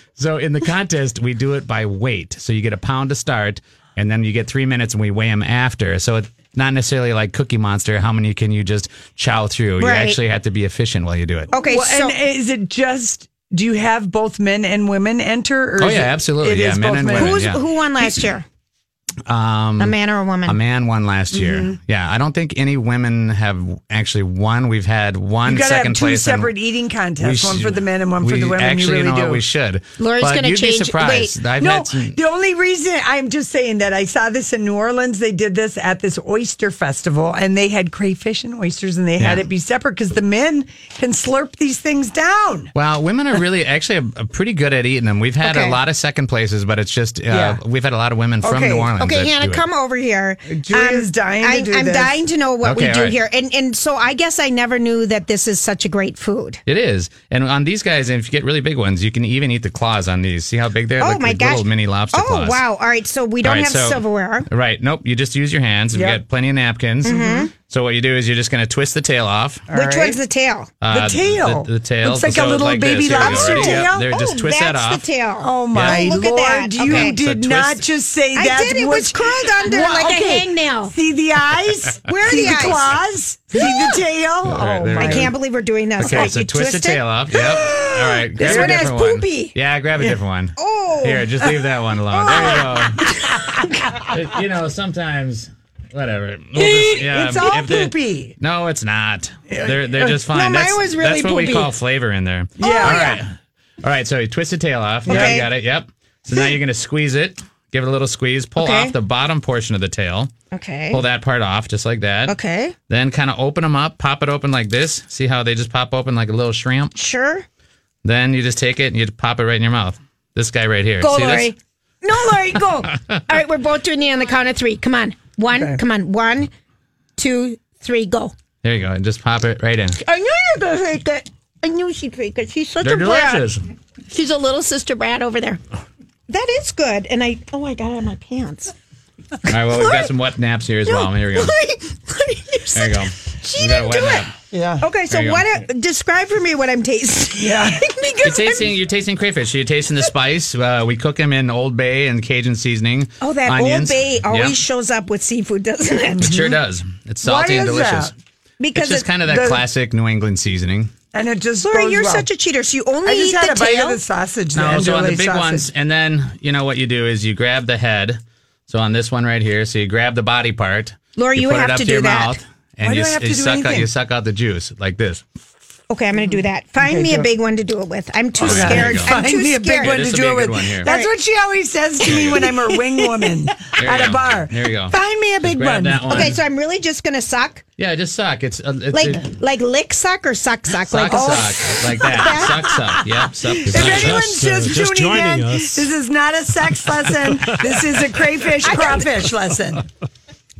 Speaker 15: so in the contest, we do it by weight. So you get a pound to start, and then you get three minutes, and we weigh them after. So it's not necessarily like Cookie Monster. How many can you just chow through? You
Speaker 7: Right.
Speaker 15: actually have to be efficient while you do it.
Speaker 3: Okay,
Speaker 7: Well,
Speaker 3: so
Speaker 7: and is it just? Do you have both men and women enter? Or
Speaker 15: Oh,
Speaker 7: is
Speaker 15: yeah,
Speaker 7: it-
Speaker 15: absolutely.
Speaker 7: it
Speaker 15: Yeah,
Speaker 7: is
Speaker 15: men
Speaker 7: both
Speaker 15: and
Speaker 7: men.
Speaker 15: women,
Speaker 3: who's,
Speaker 15: yeah.
Speaker 3: who won last year?
Speaker 15: Um,
Speaker 3: A man or a woman?
Speaker 15: A man won last year.
Speaker 7: Mm-hmm.
Speaker 3: Mhm.
Speaker 15: Yeah, I don't think any women have actually won. We've had one
Speaker 7: You got to have
Speaker 15: second
Speaker 7: two
Speaker 15: place. and
Speaker 7: separate eating
Speaker 15: we
Speaker 7: contests, one
Speaker 15: sh-
Speaker 7: for the men and one for
Speaker 15: we
Speaker 7: the women.
Speaker 15: Actually,
Speaker 7: you really
Speaker 15: know what?
Speaker 7: do.
Speaker 15: We should.
Speaker 7: Lori's
Speaker 15: But
Speaker 7: gonna
Speaker 15: you'd
Speaker 7: change.
Speaker 15: Be surprised.
Speaker 7: Wait,
Speaker 15: I've
Speaker 7: no,
Speaker 15: had some-
Speaker 7: the only reason I'm just saying that I saw this in New Orleans. They did this at this oyster festival, and they had crayfish and oysters, and they had
Speaker 15: Yeah.
Speaker 7: it be separate because the men can slurp these things down.
Speaker 15: Well, women are really actually uh, uh, pretty good at eating them. We've had
Speaker 7: Okay.
Speaker 15: a lot of second places, but it's just uh,
Speaker 7: Yeah.
Speaker 15: we've had a lot of women from New Orleans.
Speaker 3: Okay,
Speaker 15: that do
Speaker 3: Hannah,
Speaker 15: it.
Speaker 3: come over here. Um,
Speaker 7: Julia's dying to
Speaker 3: I,
Speaker 7: do
Speaker 3: I'm
Speaker 7: this.
Speaker 3: dying to know what we
Speaker 15: Okay,
Speaker 3: do
Speaker 15: all right.
Speaker 3: here, and and so I guess I never knew that this is such a great food.
Speaker 15: It is, and on these guys, if you get really big ones, you can even eat the claws on these. See how big they are?
Speaker 3: oh
Speaker 15: Look,
Speaker 3: my
Speaker 15: like
Speaker 3: gosh,
Speaker 15: Little mini lobster
Speaker 3: Oh
Speaker 15: claws.
Speaker 3: wow! All right, so we don't
Speaker 15: All right,
Speaker 3: have
Speaker 15: so-
Speaker 3: silverware.
Speaker 15: Right. Nope. You just use your hands.
Speaker 3: Yep.
Speaker 15: We've got plenty of napkins.
Speaker 3: Mhm.
Speaker 15: So what you do is you're just going to twist the tail off.
Speaker 3: Which one's the tail?
Speaker 15: Uh, the- the- the tail.
Speaker 7: Looks like
Speaker 15: So
Speaker 7: a
Speaker 15: it's
Speaker 7: little
Speaker 15: like this.
Speaker 7: baby
Speaker 15: Here we go.
Speaker 7: lobster
Speaker 15: Ready? Yep.
Speaker 7: tail.
Speaker 15: There, just twist that
Speaker 3: Oh, That's
Speaker 15: off.
Speaker 3: the tail.
Speaker 7: Oh my
Speaker 15: Yeah.
Speaker 3: Look at
Speaker 7: lord!
Speaker 3: that.
Speaker 7: You
Speaker 3: Okay. So
Speaker 7: did
Speaker 15: twist-
Speaker 7: not just say
Speaker 3: I
Speaker 7: that.
Speaker 3: did. It was curled under like a hangnail.
Speaker 7: See the eyes?
Speaker 3: Where are
Speaker 7: See
Speaker 3: the eyes?
Speaker 7: claws? See the tail?
Speaker 15: right,
Speaker 7: Oh
Speaker 15: there
Speaker 7: my!
Speaker 15: we
Speaker 3: I
Speaker 15: go.
Speaker 3: can't believe we're doing this.
Speaker 15: Okay,
Speaker 3: Like,
Speaker 15: so
Speaker 3: you
Speaker 15: twist, the
Speaker 3: twist
Speaker 15: tail
Speaker 3: it.
Speaker 15: off. Yep. All right. Grab
Speaker 3: This
Speaker 15: a
Speaker 3: one has
Speaker 15: different
Speaker 3: poopy.
Speaker 15: Yeah, grab a different one.
Speaker 3: Oh.
Speaker 15: Here, just leave that one alone. There you go. But, you know, sometimes, whatever. We'll just- yeah,
Speaker 7: it's all
Speaker 15: Um, if they-
Speaker 7: poopy.
Speaker 15: no, it's not. They're they're just
Speaker 7: No,
Speaker 15: fine.
Speaker 7: mine
Speaker 15: that's,
Speaker 7: was really
Speaker 15: that's what
Speaker 7: poopy.
Speaker 15: we call flavor in there.
Speaker 7: Yeah. Oh,
Speaker 15: All
Speaker 7: yeah.
Speaker 15: right. All right. So you twist the tail off. Yeah,
Speaker 7: Okay.
Speaker 15: you got it. Yep. So now you're gonna squeeze it. Give it a little squeeze. Pull
Speaker 3: Okay.
Speaker 15: off the bottom portion of the tail.
Speaker 3: Okay.
Speaker 15: Pull that part off, just like that.
Speaker 3: Okay.
Speaker 15: Then kind of open them up. Pop it open like this. See how they just pop open like a little shrimp.
Speaker 3: Sure.
Speaker 15: Then you just take it and you pop it right in your mouth. This guy right here.
Speaker 3: Go,
Speaker 15: See
Speaker 3: Lori.
Speaker 15: this?
Speaker 3: No, Lori, go. All right, we're both doing it on the count of three. Come on. One, come on. One, two, three, go.
Speaker 15: There you go. And just pop it right in.
Speaker 3: I knew you were going to take it. I knew she'd take it. She's such
Speaker 15: They're
Speaker 3: a brat.
Speaker 15: delicious.
Speaker 3: She's a little sister brat over there. That is good. And I, oh, I got it on my pants.
Speaker 15: All right. Well, we've got some wet naps here as well. Here we go. There you go.
Speaker 3: She
Speaker 15: We got a
Speaker 3: didn't
Speaker 15: wet
Speaker 3: do it.
Speaker 15: nap.
Speaker 7: Yeah.
Speaker 3: Okay, so
Speaker 15: There you go.
Speaker 3: what? Describe for me what I'm tasting. Yeah.
Speaker 15: You're tasting, you're tasting crayfish. You're tasting the spice. Uh, we cook them in Old Bay and Cajun seasoning.
Speaker 3: Oh, that
Speaker 15: Onions.
Speaker 3: Old Bay always
Speaker 15: Yep.
Speaker 3: shows up with seafood, doesn't it?
Speaker 15: It sure does. It's salty
Speaker 3: Why
Speaker 15: and
Speaker 3: is
Speaker 15: delicious.
Speaker 3: that? Because
Speaker 15: it's just
Speaker 3: it-
Speaker 15: kind of that
Speaker 3: the-
Speaker 15: classic New England seasoning.
Speaker 7: And it just
Speaker 3: Lori,
Speaker 7: goes
Speaker 3: you're
Speaker 7: well.
Speaker 3: such a cheater. So you only
Speaker 7: I just
Speaker 3: eat
Speaker 7: had
Speaker 3: the
Speaker 7: a bite
Speaker 3: tail.
Speaker 7: of the sausage.
Speaker 15: No, so on the
Speaker 7: Andouille
Speaker 15: big
Speaker 7: sausage.
Speaker 15: ones, and then you know what you do is you grab the head. So on this one right here, so you grab the body part.
Speaker 3: Laura, you
Speaker 15: put
Speaker 3: have
Speaker 15: it up
Speaker 3: to
Speaker 15: your
Speaker 3: do that.
Speaker 15: mouth, and
Speaker 3: Why
Speaker 15: you,
Speaker 3: do I have
Speaker 15: you
Speaker 3: to do
Speaker 15: suck out
Speaker 3: anything?
Speaker 15: you suck out the juice like this.
Speaker 3: Okay, I'm going to do that. Find
Speaker 7: Okay,
Speaker 3: me
Speaker 7: do
Speaker 3: a
Speaker 7: it.
Speaker 3: big one to do it with. I'm too
Speaker 15: Okay, there
Speaker 3: scared.
Speaker 15: you go.
Speaker 3: I'm
Speaker 7: Find
Speaker 3: too
Speaker 7: me a
Speaker 3: scared.
Speaker 7: big one
Speaker 15: This
Speaker 7: to
Speaker 15: will be a
Speaker 7: do it
Speaker 15: good
Speaker 7: with.
Speaker 15: one here.
Speaker 7: That's what she always says to me when I'm a ring woman
Speaker 15: you
Speaker 7: at a
Speaker 15: go.
Speaker 7: bar.
Speaker 15: There you go.
Speaker 7: Find me a
Speaker 15: Just
Speaker 7: big
Speaker 15: grab
Speaker 7: one.
Speaker 15: that one.
Speaker 3: Okay, so I'm really just going to suck,
Speaker 15: Yeah, just suck. It's, uh, it's
Speaker 3: like
Speaker 15: it-
Speaker 3: like lick suck or suck suck,
Speaker 15: suck
Speaker 3: like
Speaker 7: oh.
Speaker 3: oh,
Speaker 15: a suck like that. suck suck. Yep. Suck.
Speaker 7: If
Speaker 15: suck,
Speaker 7: anyone's
Speaker 15: suck.
Speaker 7: just, tuning in, this is not a sex lesson. this is a crayfish crawfish lesson.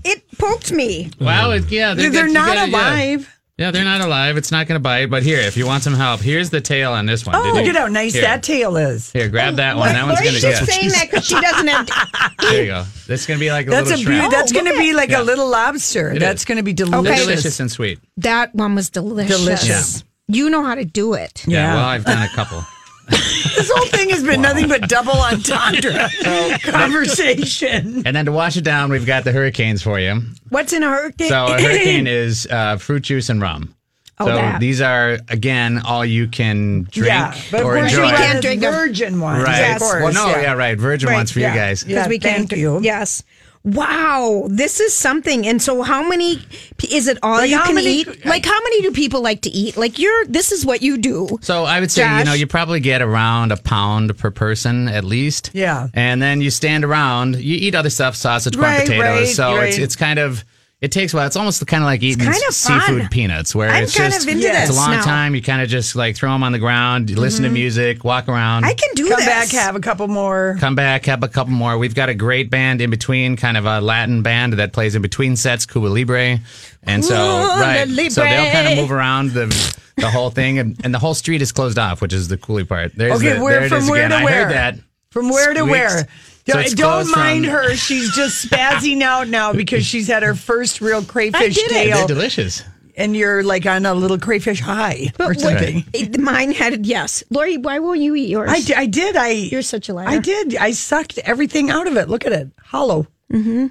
Speaker 3: It poked me.
Speaker 15: Wow, it, yeah,
Speaker 7: They're,
Speaker 15: you
Speaker 7: not
Speaker 15: gotta- yeah.
Speaker 7: alive.
Speaker 15: Yeah. they're not alive. It's not going to bite. But here, if you want some help, here's the tail on this one.
Speaker 7: Oh,
Speaker 15: Did you-
Speaker 7: look at how nice
Speaker 15: here,
Speaker 7: that tail is.
Speaker 15: Here, grab that one. That one's
Speaker 3: Lori's
Speaker 15: going to
Speaker 3: just
Speaker 15: get.
Speaker 3: saying that because she doesn't have.
Speaker 15: There you go. That's going to be like a
Speaker 7: That's a
Speaker 15: little
Speaker 7: beauty.
Speaker 15: shrimp.
Speaker 7: that's going to be like
Speaker 15: Yeah.
Speaker 7: a little lobster.
Speaker 15: It
Speaker 7: that's
Speaker 15: is. Oh.
Speaker 7: going to be
Speaker 15: They're
Speaker 7: delicious.
Speaker 15: delicious and sweet.
Speaker 3: That one was delicious.
Speaker 7: Delicious.
Speaker 3: You know how to do it.
Speaker 15: Yeah. Well, I've done a couple.
Speaker 7: This whole thing has been nothing but double entendre conversation.
Speaker 15: And then to wash it down, we've got the hurricanes for you.
Speaker 3: What's in a hurricane?
Speaker 15: So a hurricane is uh, fruit juice and rum.
Speaker 3: Oh,
Speaker 15: so
Speaker 3: that.
Speaker 15: these are again all you can drink
Speaker 7: yeah, but
Speaker 15: or
Speaker 7: we're
Speaker 15: enjoy.
Speaker 7: drinking
Speaker 3: can't drink them.
Speaker 7: virgin ones,
Speaker 15: Right.
Speaker 7: of course.
Speaker 15: Well, no, yeah, right. Virgin ones for
Speaker 7: yeah.
Speaker 15: you guys.
Speaker 7: Yeah,
Speaker 3: we can't
Speaker 7: thank you.
Speaker 3: Yes. Wow, this is something. And so, how many is it? All
Speaker 7: Like,
Speaker 3: you
Speaker 7: how
Speaker 3: can
Speaker 7: many-
Speaker 3: eat? Like, how many do people like to eat? Like, you're. This is what you do.
Speaker 15: So I would say, you
Speaker 3: Josh?
Speaker 15: know, you probably get around a pound per person at least.
Speaker 7: Yeah.
Speaker 15: And then you stand around, you eat other stuff, sausage, corn,
Speaker 7: Right,
Speaker 15: potatoes.
Speaker 7: right,
Speaker 15: so it's
Speaker 7: right.
Speaker 15: it's kind of it takes a while. It's almost kind of like eating
Speaker 3: kind of fun.
Speaker 15: seafood peanuts, where
Speaker 3: I'm
Speaker 15: it's
Speaker 3: kind
Speaker 15: just
Speaker 3: of into
Speaker 15: it's a
Speaker 3: this
Speaker 15: long
Speaker 3: now.
Speaker 15: time. You kind of just like throw them on the ground, you listen to music, walk around.
Speaker 3: I can do
Speaker 7: Come
Speaker 3: this.
Speaker 7: back, have a couple more.
Speaker 15: Come back, have a couple more. We've got a great band in between, kind of a Latin band that plays in between sets, Cuba Libre. And so,
Speaker 3: Cuba
Speaker 15: right. So they'll kind of
Speaker 3: Libre.
Speaker 15: move around the the whole thing, and, and the whole street is closed off, which is the coolie part. There's
Speaker 7: Okay,
Speaker 15: the,
Speaker 7: where-
Speaker 15: there it
Speaker 7: from
Speaker 15: is
Speaker 7: where
Speaker 15: again.
Speaker 7: to
Speaker 15: I
Speaker 7: where?
Speaker 15: heard that.
Speaker 7: From where to
Speaker 15: Squeaks.
Speaker 7: where?
Speaker 15: So
Speaker 7: Don't-
Speaker 15: it's
Speaker 7: don't
Speaker 15: closed from-
Speaker 7: mind her. She's just spazzing out now because she's had her first real crayfish
Speaker 3: did it.
Speaker 15: They're
Speaker 7: tail,
Speaker 15: delicious.
Speaker 7: and you're like on a little crayfish high or
Speaker 3: But what,
Speaker 7: something.
Speaker 3: it- mine had yes. Lori, why won't you eat yours?
Speaker 7: I, d- I did. I
Speaker 3: You're such a liar.
Speaker 7: I did. I sucked everything out of it. Look at it, hollow.
Speaker 3: Mm-hmm.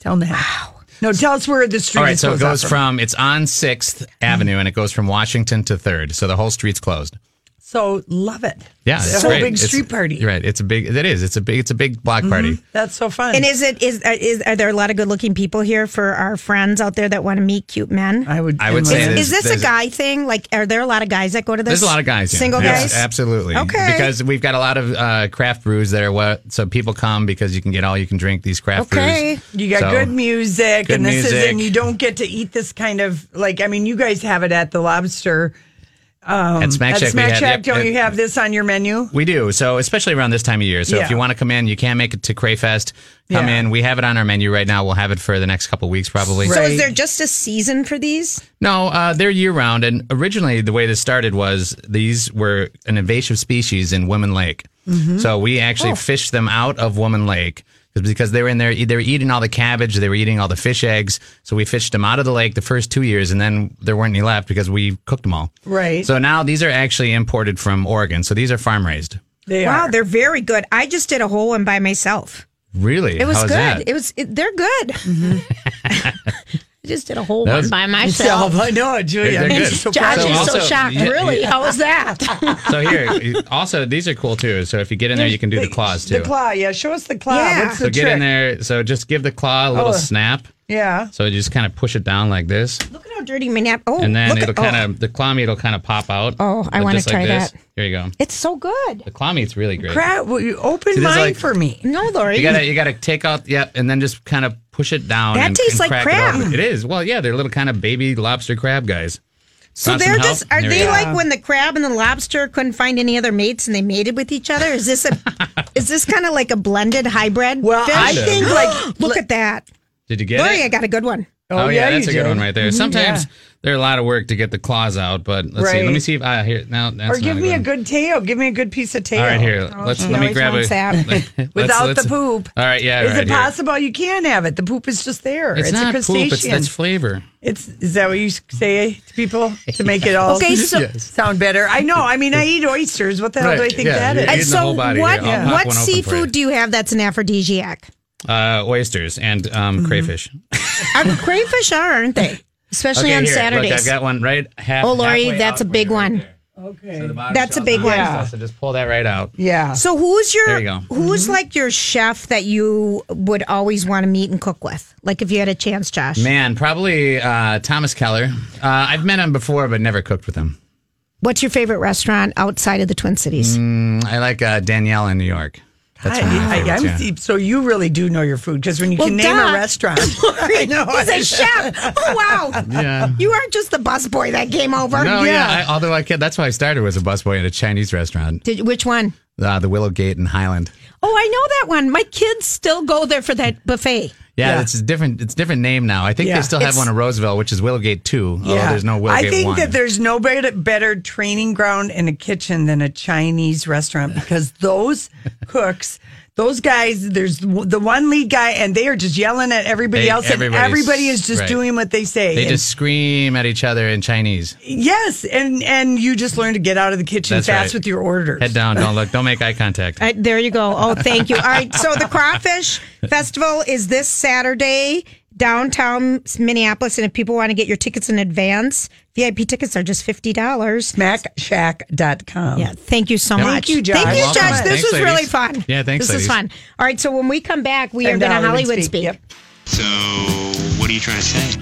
Speaker 7: Tell them that. No, tell us where the street.
Speaker 15: All right,
Speaker 7: is
Speaker 15: so it
Speaker 7: closed
Speaker 15: goes
Speaker 7: off
Speaker 15: from it's on Sixth Avenue, and it goes from Washington to Third. So the whole street's closed.
Speaker 7: So love it.
Speaker 15: Yeah,
Speaker 7: it's
Speaker 15: that's
Speaker 7: a whole
Speaker 15: great.
Speaker 7: big
Speaker 15: It's-
Speaker 7: street party. Mm-hmm.
Speaker 15: You're right. It's a big. That is. It's a big. It's a big block party.
Speaker 7: That's so fun.
Speaker 3: And is it is uh, is are there a lot of good looking people here for our friends out there that want to meet cute men?
Speaker 7: I would.
Speaker 15: I would
Speaker 3: is,
Speaker 15: say
Speaker 3: is
Speaker 15: there's-
Speaker 3: this a
Speaker 15: there's-
Speaker 3: guy thing? Like, are there a lot of guys that go to this?
Speaker 15: There's a lot of guys. here.
Speaker 3: single
Speaker 15: Yes,
Speaker 3: guys.
Speaker 15: absolutely.
Speaker 3: Okay.
Speaker 15: Because we've got a lot of uh, craft brews that are what. So people come because you can get all you can drink these craft
Speaker 7: Okay,
Speaker 15: brews.
Speaker 7: you got
Speaker 15: So-
Speaker 7: good music,
Speaker 15: Good
Speaker 7: and this is, and
Speaker 15: music.
Speaker 7: you don't get to eat this kind of like. I mean, you guys have it at the Lobster. Um,
Speaker 15: At Smack Shack we had- yep,
Speaker 7: don't
Speaker 15: yep.
Speaker 7: you have this on your menu?
Speaker 15: We do. So, especially around this time of year. So,
Speaker 7: Yeah.
Speaker 15: if you want to come in, you can't make it to Crayfest. Come
Speaker 7: Yeah.
Speaker 15: in. We have it on our menu right now. We'll have it for the next couple weeks, probably.
Speaker 3: So is there just a season for these?
Speaker 15: No, uh, they're year round. And originally, the way this started was these were an invasive species in Woman Lake.
Speaker 16: Mhm.
Speaker 15: So we actually
Speaker 16: Oh.
Speaker 15: fished them out of Woman Lake 'cause- because they were in there. They were eating all the cabbage. They were eating all the fish eggs. So we fished them out of the lake the first two years, and then there weren't any left because we cooked them all.
Speaker 7: Right.
Speaker 15: So now these are actually imported from Oregon. So these are farm raised.
Speaker 7: They
Speaker 3: wow, they're very good. I just did a whole one by myself.
Speaker 15: Really?
Speaker 3: It was
Speaker 15: How's
Speaker 3: good.
Speaker 15: that?
Speaker 3: It was. It, they're good. I just did a whole
Speaker 15: Mm-hmm. That
Speaker 3: one
Speaker 15: was-
Speaker 3: by myself.
Speaker 7: I know, Julia.
Speaker 15: They're- they're good.
Speaker 3: Josh
Speaker 15: So
Speaker 3: is so
Speaker 15: also-
Speaker 3: shocked.
Speaker 15: yeah,
Speaker 3: really?
Speaker 15: yeah.
Speaker 3: How was that?
Speaker 15: So here, also these are cool too. So if you get in there, you can do the claws too.
Speaker 7: The claw, yeah. Show us the claw. What's the
Speaker 15: so get
Speaker 7: trick?
Speaker 15: in there. So just give the claw a little
Speaker 7: Oh.
Speaker 15: snap.
Speaker 7: Yeah.
Speaker 15: So you just kind of push it down like this,
Speaker 3: Look at how dirty my nap. Oh,
Speaker 15: and then
Speaker 3: look
Speaker 15: it'll
Speaker 3: at, oh,
Speaker 15: kind of the claw meat will kind of pop out.
Speaker 3: Oh, I
Speaker 15: but
Speaker 3: wanna
Speaker 15: just
Speaker 3: try
Speaker 15: this.
Speaker 3: that.
Speaker 15: Here you go.
Speaker 3: It's so good.
Speaker 15: The claw meat's really great.
Speaker 7: Crap! Well, you open
Speaker 15: See, this is
Speaker 7: mine
Speaker 15: like-
Speaker 7: for me.
Speaker 3: No, Lori.
Speaker 15: You gotta you gotta take out yep, and then just kind of push it down.
Speaker 3: That
Speaker 15: and,
Speaker 3: tastes
Speaker 15: and crack
Speaker 3: like crab.
Speaker 15: It, open. it is. Well, yeah, they're little kind of baby lobster crab guys.
Speaker 3: So
Speaker 15: Want
Speaker 3: they're
Speaker 15: some help?
Speaker 3: just are
Speaker 15: There we
Speaker 3: they
Speaker 15: go.
Speaker 3: like when the crab and the lobster couldn't find any other mates and they mated with each other? Is this a is this kind of like a blended hybrid? Well, fish?
Speaker 15: I think,
Speaker 3: like look at that,
Speaker 15: Did you get
Speaker 3: Lori.
Speaker 15: it?
Speaker 3: I got a good one.
Speaker 15: Oh, yeah, that's a good one right there.
Speaker 7: Mhm,
Speaker 3: Mm-hmm.
Speaker 15: Sometimes
Speaker 7: yeah.
Speaker 15: they're a lot of work to get the claws out, but let's see. Let
Speaker 7: Right.
Speaker 15: me see if I here now. That's
Speaker 7: or give
Speaker 15: not
Speaker 7: me a
Speaker 15: good
Speaker 7: good tail. Give me a good piece of tail.
Speaker 15: All right, here.
Speaker 3: Oh,
Speaker 15: Let's let me grab it
Speaker 7: Without the poop.
Speaker 15: All right, yeah.
Speaker 7: Is
Speaker 15: right
Speaker 7: it
Speaker 15: here.
Speaker 7: possible you can have it? The poop is just there.
Speaker 15: It's,
Speaker 7: It's,
Speaker 15: not
Speaker 7: a crustacean.
Speaker 15: poop. It's that's flavor.
Speaker 7: It's is that what you say to people to make it all
Speaker 3: Okay, so-
Speaker 7: sound better? I know. I mean, I eat oysters. What the hell do I
Speaker 15: Right,
Speaker 7: think
Speaker 15: yeah,
Speaker 7: that
Speaker 15: you're
Speaker 7: is?
Speaker 15: eating the whole body
Speaker 3: what
Speaker 15: here. I'll pop
Speaker 3: what
Speaker 15: one open for you.
Speaker 3: seafood do you have that's an aphrodisiac?
Speaker 15: Uh, oysters and um,
Speaker 3: Mm-hmm.
Speaker 15: crayfish.
Speaker 3: Are crayfish are aren't they? Especially
Speaker 15: Okay,
Speaker 3: on
Speaker 15: here,
Speaker 3: Saturdays.
Speaker 15: Look, I've got one right half.
Speaker 3: oh, Lori,
Speaker 15: halfway
Speaker 3: that's a
Speaker 15: out.
Speaker 3: big one.
Speaker 7: Okay,
Speaker 3: that's a big one.
Speaker 15: So just pull that right out.
Speaker 7: Yeah.
Speaker 3: So who's your
Speaker 15: There you go. Mm-hmm.
Speaker 3: who's like your chef that you would always want to meet and cook with? Like if you had a chance, Josh.
Speaker 15: Man, probably uh, Thomas Keller. Uh, I've met him before, but never cooked with him.
Speaker 3: What's your favorite restaurant outside of the Twin Cities?
Speaker 15: Mm, I like uh, Danielle in New York. That's one of my
Speaker 7: I, I,
Speaker 15: favorites,
Speaker 7: I'm,
Speaker 15: yeah.
Speaker 7: So you really do know your food because when you
Speaker 3: Well,
Speaker 7: can name
Speaker 3: duh.
Speaker 7: a restaurant, I know.
Speaker 3: He's a chef. Oh wow.
Speaker 15: Yeah.
Speaker 3: You are just the busboy that came over.
Speaker 15: No, yeah. I, although I can, that's why I started was a busboy at a Chinese restaurant,
Speaker 3: Did, which one?
Speaker 15: uh, the Willow Gate in Highland.
Speaker 3: Oh, I know that one. My kids still go there for that buffet.
Speaker 15: Yeah, it's a different. It's a different name now. I think
Speaker 7: Yeah.
Speaker 15: they still have
Speaker 7: It's-
Speaker 15: one in Roseville, which is Willowgate Two. Although Oh, there's no
Speaker 7: I
Speaker 15: Willowgate
Speaker 7: think
Speaker 15: One.
Speaker 7: that there's no better, better training ground in a kitchen than a Chinese restaurant because those cooks, those guys, there's the one lead guy, and they are just yelling at everybody
Speaker 15: They-
Speaker 7: else, and
Speaker 15: everybody's-
Speaker 7: everybody is just
Speaker 15: right.
Speaker 7: doing what they say.
Speaker 15: they
Speaker 7: And-
Speaker 15: just scream at each other in Chinese.
Speaker 7: yes, and and you just learn to get out of the kitchen
Speaker 15: That's
Speaker 7: fast
Speaker 15: right.
Speaker 7: with your orders.
Speaker 15: Head down, don't look, don't make eye contact.
Speaker 3: Uh, there you go. Oh, thank you. All right. So the Crawfish Festival is this Saturday, downtown Minneapolis. And if people want to get your tickets in advance, VIP tickets are just $50.
Speaker 7: SmackShack.com.
Speaker 3: Yeah. Thank you so
Speaker 7: Thank
Speaker 3: much.
Speaker 7: you, Josh.
Speaker 3: Thank you,
Speaker 7: You're welcome.
Speaker 3: Josh. This
Speaker 7: Thanks,
Speaker 3: was
Speaker 7: ladies.
Speaker 3: really fun.
Speaker 7: Yeah, thanks,
Speaker 3: This is
Speaker 7: ladies.
Speaker 3: fun. All right. So when we come back, we
Speaker 7: Time
Speaker 3: are
Speaker 7: to
Speaker 3: going to
Speaker 7: Hollywood
Speaker 3: Hollywood
Speaker 7: uh, Speak.
Speaker 3: Speak.
Speaker 17: So, what are you trying to say?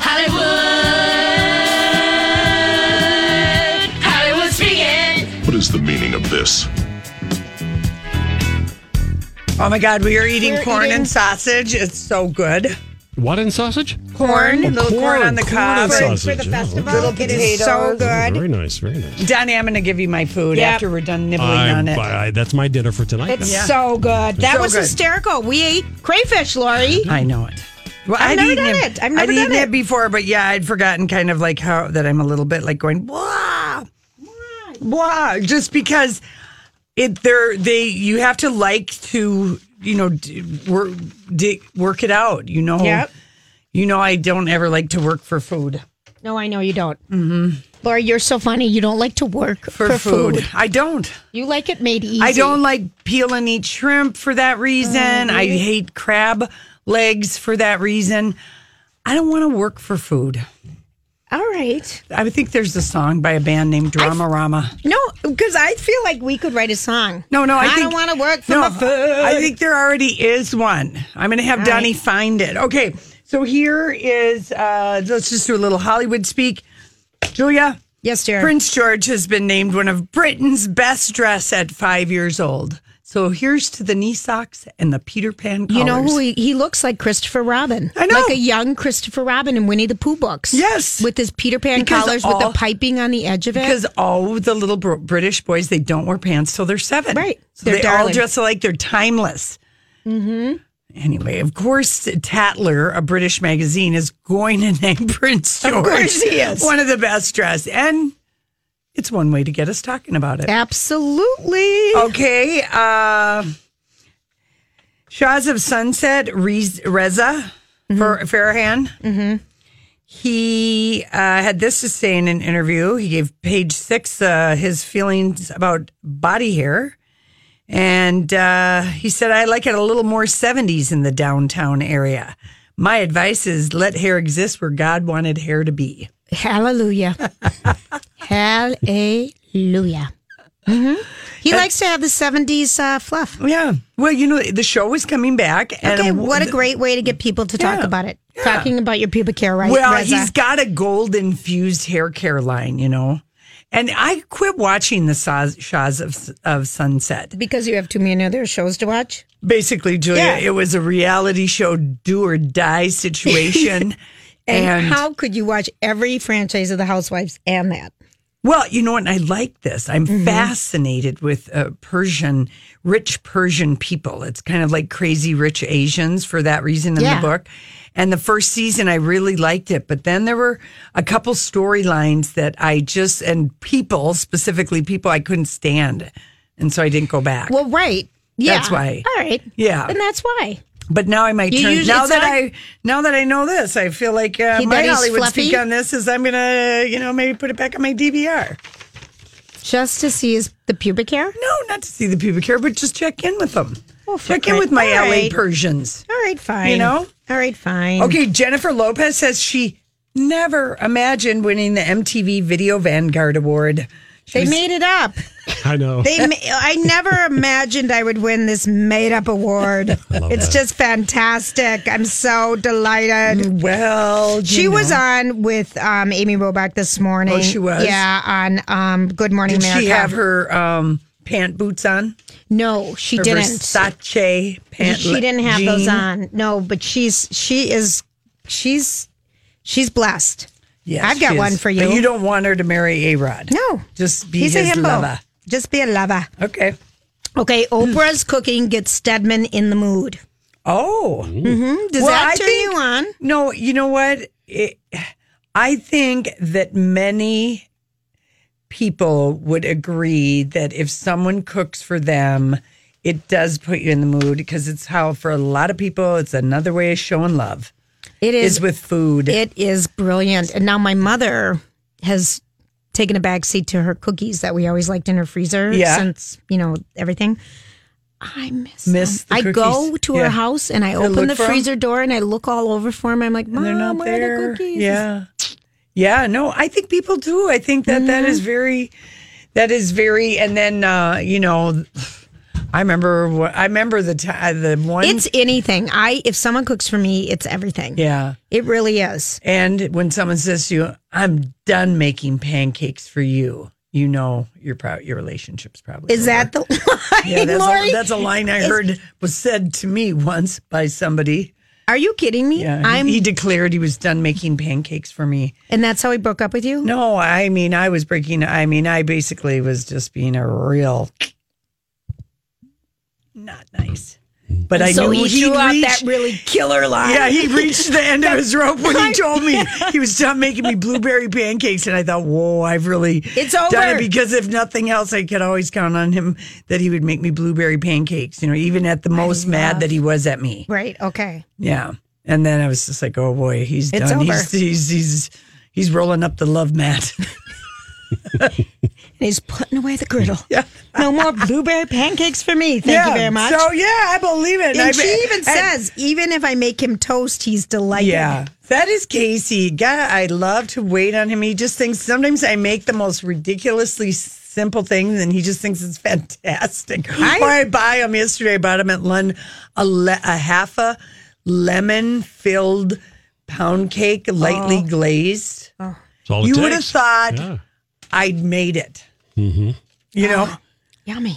Speaker 18: Hollywood. Hollywood speaking.
Speaker 1: What is the meaning of this?
Speaker 7: Oh my God, we are eating
Speaker 1: We're
Speaker 7: corn
Speaker 1: eating-
Speaker 7: and sausage. It's so good.
Speaker 6: What in sausage?
Speaker 7: Corn,
Speaker 6: Oh,
Speaker 7: little corn, on the
Speaker 6: corn
Speaker 7: cob
Speaker 6: and sausage.
Speaker 7: for the
Speaker 6: Oh,
Speaker 7: festival.
Speaker 6: okay.
Speaker 7: Little
Speaker 3: It is
Speaker 7: potatoes.
Speaker 3: so
Speaker 7: Mm-hmm.
Speaker 3: good.
Speaker 6: Very nice, very nice.
Speaker 7: Donnie, I'm going to give you my food
Speaker 3: Yep.
Speaker 7: after we're done nibbling
Speaker 6: I-
Speaker 7: on it.
Speaker 6: I- that's my dinner for tonight.
Speaker 3: It's
Speaker 6: then.
Speaker 3: so good. That
Speaker 7: So
Speaker 3: was
Speaker 7: good.
Speaker 3: hysterical. We ate crayfish, Lori.
Speaker 7: I know it. Well,
Speaker 3: I've
Speaker 7: I'd
Speaker 3: never
Speaker 7: eaten
Speaker 3: done it. I've never
Speaker 7: I'd
Speaker 3: done
Speaker 7: eaten
Speaker 3: it.
Speaker 7: it. before, but yeah, I'd forgotten kind of like how that I'm a little bit like going wah, wah, wah, just because it they're they you have to like to you know d- work d- work it out. You know,
Speaker 3: Yep.
Speaker 7: you know, I don't ever like to work for food.
Speaker 3: No, I know you don't. Mm-hmm. Lori, you're so funny. You don't like to work for, food.
Speaker 7: I don't.
Speaker 3: You like it made easy.
Speaker 7: I don't like peel and eat shrimp for that reason. I
Speaker 3: Mm-hmm.
Speaker 7: hate crab legs for that reason. I don't want to work for food.
Speaker 3: All right.
Speaker 7: I think there's a song by a band named Drama Rama.
Speaker 3: No, because I feel like we could write a song.
Speaker 7: No, no, I, think,
Speaker 3: don't want to work for
Speaker 7: no,
Speaker 3: my food.
Speaker 7: I think there already is one. I'm going to have
Speaker 3: All
Speaker 7: Donnie
Speaker 3: right.
Speaker 7: find it. Okay, so here is uh, let's just do a little Hollywood speak. Julia,
Speaker 3: yes, dear.
Speaker 7: Prince George has been named one of Britain's best dress at five years old. So here's to the knee socks and the Peter Pan. Collars.
Speaker 3: You know who he, he looks like Christopher Robin. I
Speaker 7: know.
Speaker 3: Like a young Christopher Robin in Winnie the Pooh books.
Speaker 7: Yes.
Speaker 3: With his Peter Pan
Speaker 7: Because
Speaker 3: collars with
Speaker 7: all-
Speaker 3: the piping on the edge of it.
Speaker 7: Because all the little br- British boys, they don't wear pants till they're seven. Right. So
Speaker 3: They're
Speaker 7: they all
Speaker 3: darling.
Speaker 7: dress alike. They're timeless. Mm-hmm. Anyway, of course, Tatler, a British magazine, is going to name Prince George.
Speaker 3: course he is.
Speaker 7: One of the best dressed. And it's one way to get us talking about it. Oh,
Speaker 3: Absolutely.
Speaker 7: Okay. Uh, Shahs of Sunset, Rez- Reza Far- Farhan. He uh, had this to say in an interview. He gave page six uh, his feelings about body hair. And uh, he said, I like it a little more 70s in the downtown area. My advice is let hair exist where God wanted hair to be.
Speaker 3: Hallelujah. Hallelujah. hmm He likes to have the 70s uh, fluff.
Speaker 7: Yeah. Well, you know, the show is coming back. And
Speaker 3: Okay, what a great way to get people to talk
Speaker 7: Yeah.
Speaker 3: about it. Talking about your pubic hair, right?
Speaker 7: Well,
Speaker 3: Reza?
Speaker 7: he's got a gold infused hair care line, you know. And I quit watching the Shaz- Shahs of, of Sunset.
Speaker 3: because you have too many other shows to watch.
Speaker 7: Basically, Julia,
Speaker 3: Yeah.
Speaker 7: it was a reality show do or die situation.
Speaker 3: And,
Speaker 7: and,
Speaker 3: how could you watch every franchise of the Housewives and that?
Speaker 7: well, you know what? I like this. I'm
Speaker 3: Mm-hmm.
Speaker 7: fascinated with uh, Persian, rich Persian people. It's kind of like crazy rich Asians for that reason in
Speaker 3: Yeah.
Speaker 7: the book. And the first season, I really liked it. But then there were a couple storylines that I just, and people, specifically people I couldn't stand. And so I didn't go back.
Speaker 3: Well, right. Yeah.
Speaker 7: That's why.
Speaker 3: All right.
Speaker 7: Yeah.
Speaker 3: And that's why.
Speaker 7: But now I might
Speaker 3: You
Speaker 7: turn.
Speaker 3: usually-
Speaker 7: now
Speaker 3: it's
Speaker 7: that
Speaker 3: not-
Speaker 7: I now that I know this, I feel like uh,
Speaker 3: He-
Speaker 7: my
Speaker 3: that he's
Speaker 7: Hollywood speak
Speaker 3: fluffy?
Speaker 7: on this is I'm gonna you know maybe put it back on my DVR.
Speaker 3: Just to see his the pubic hair?
Speaker 7: No, not to see the pubic hair, but just check in with them.
Speaker 3: Oh, for
Speaker 7: check in
Speaker 3: cri-
Speaker 7: with my
Speaker 3: all
Speaker 7: LA
Speaker 3: right.
Speaker 7: Persians.
Speaker 3: All right, fine.
Speaker 7: You know?
Speaker 3: All right, fine.
Speaker 7: Okay, Jennifer Lopez says she never imagined winning the MTV Video Vanguard Award. She
Speaker 3: They
Speaker 7: was-
Speaker 3: made it up.
Speaker 6: I know.
Speaker 3: They ma- I never imagined I would win this made up award. It's just fantastic. I'm so delighted.
Speaker 7: well, Mm, you
Speaker 3: She was
Speaker 7: know.
Speaker 3: on with um, Amy Robach this morning.
Speaker 7: Oh, she was?
Speaker 3: Yeah, on um, Good Morning
Speaker 7: Did
Speaker 3: America.
Speaker 7: she have her um, pant boots on?
Speaker 3: No, she
Speaker 7: Her
Speaker 3: didn't.
Speaker 7: Versace pant.
Speaker 3: she didn't have those
Speaker 7: jean?
Speaker 3: on. No, but she's she is she's she's blessed.
Speaker 7: Yes,
Speaker 3: I've got
Speaker 7: she is.
Speaker 3: one for you.
Speaker 7: But you don't want her to marry A Rod.
Speaker 3: No,
Speaker 7: Just be
Speaker 3: he's a
Speaker 7: his
Speaker 3: himbo.
Speaker 7: lover. Hmm.
Speaker 3: Just be a lover.
Speaker 7: Okay.
Speaker 3: Okay, Oprah's cooking gets Stedman in the mood.
Speaker 7: Oh.
Speaker 3: Mm-hmm. Does
Speaker 7: Well,
Speaker 3: that
Speaker 7: I
Speaker 3: turn
Speaker 7: think-
Speaker 3: you on?
Speaker 7: No, you know what? It, I think that many people would agree that if someone cooks for them, it does put you in the mood because it's how, for a lot of people, it's another way of showing love
Speaker 3: It
Speaker 7: is
Speaker 3: is.
Speaker 7: with food.
Speaker 3: It is brilliant. And now my mother has taken a backseat to her cookies that we always liked in her freezer
Speaker 7: Yeah.
Speaker 3: since you know everything. I miss.
Speaker 7: Miss
Speaker 3: them.
Speaker 7: the
Speaker 3: I go
Speaker 7: cookies.
Speaker 3: to
Speaker 7: Yeah.
Speaker 3: her house and I
Speaker 7: And look
Speaker 3: open the
Speaker 7: for 'em?
Speaker 3: freezer door and I look all over for them. I'm like,
Speaker 7: And they're
Speaker 3: Mom,
Speaker 7: not
Speaker 3: where
Speaker 7: there.
Speaker 3: are the cookies?
Speaker 7: Yeah. Yeah, no, I think people do. I think that that
Speaker 3: Mm-hmm.
Speaker 7: is very, that is very, and then, uh, you know, I remember what, I remember the time, the one.
Speaker 3: It's anything. I if someone cooks for me, it's everything.
Speaker 7: yeah.
Speaker 3: It really is.
Speaker 7: And when someone says to you, I'm done making pancakes for you, you know you're proud your relationship's probably
Speaker 3: Is that the line,
Speaker 7: yeah, that's,
Speaker 3: Lori?
Speaker 7: a, that's a line I
Speaker 3: Is-
Speaker 7: heard was said to me once by somebody.
Speaker 3: Are you kidding me?
Speaker 7: Yeah. he-
Speaker 3: I'm
Speaker 7: he declared he was done making pancakes for me.
Speaker 3: and that's how he broke up with you?
Speaker 7: No, I mean I was breaking I mean I basically was just being a real not nice. But I
Speaker 3: so
Speaker 7: knew
Speaker 3: he threw out
Speaker 7: reached-
Speaker 3: that really killer line.
Speaker 7: Yeah, he reached the end of his rope when he told me he was done making me blueberry pancakes, and I thought, "Whoa, I've really
Speaker 3: It's
Speaker 7: done it."
Speaker 3: over.
Speaker 7: Because if nothing else, I could always count on him that he would make me blueberry pancakes. You know, even at the most mad that he was at me.
Speaker 3: Right, okay.
Speaker 7: Yeah, and then I was just like, "Oh boy, he's
Speaker 3: It's
Speaker 7: done.
Speaker 3: over.
Speaker 7: He's, he's he's he's rolling up the love mat."
Speaker 3: He's putting away the griddle. Yeah. no more blueberry pancakes for me. Thank you
Speaker 7: Yeah,
Speaker 3: very much.
Speaker 7: so, yeah, I believe it.
Speaker 3: And
Speaker 7: I
Speaker 3: she
Speaker 7: be-
Speaker 3: even
Speaker 7: and-
Speaker 3: says, even if I make him toast, he's delighted.
Speaker 7: Yeah, that is Casey. God, I love to wait on him. He just thinks sometimes I make the most ridiculously simple things, and he just thinks it's fantastic. I, or I buy him yesterday. I bought him at Lund a, le- a half a lemon filled pound cake, lightly
Speaker 6: Oh.
Speaker 7: glazed.
Speaker 6: That's all it
Speaker 7: you would have
Speaker 6: takes.
Speaker 7: thought
Speaker 6: Yeah.
Speaker 7: I'd made it.
Speaker 6: Mm-hmm.
Speaker 7: You know,
Speaker 3: Yummy.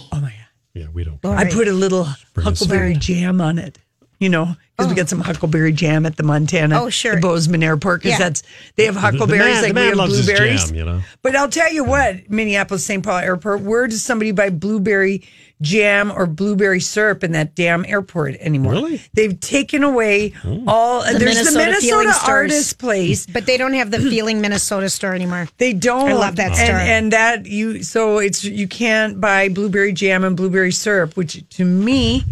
Speaker 6: Yeah, we don't.
Speaker 7: I put a little
Speaker 6: Bring us
Speaker 7: huckleberry jam on it. You know, because we got some huckleberry jam at the Montana.
Speaker 3: Oh, sure.
Speaker 7: the Bozeman Airport because
Speaker 3: Yeah.
Speaker 7: that's they have
Speaker 6: The- the
Speaker 7: huckleberries
Speaker 6: man- the
Speaker 7: like
Speaker 6: man
Speaker 7: we have
Speaker 6: loves his
Speaker 7: blueberries.
Speaker 6: jam, you know.
Speaker 7: But I'll tell you what, Minneapolis St. Paul Airport, where does somebody buy blueberry jam or blueberry syrup in that damn airport anymore? Really? They've taken away
Speaker 6: Oh.
Speaker 7: all
Speaker 3: The
Speaker 7: there's the
Speaker 3: feeling
Speaker 7: Minnesota
Speaker 3: stores.
Speaker 7: artist place.
Speaker 3: But they don't have the feeling Minnesota store anymore.
Speaker 7: They don't.
Speaker 3: I love that
Speaker 7: Oh, and,
Speaker 3: store.
Speaker 7: And that you so it's you can't buy blueberry jam and blueberry syrup, which to me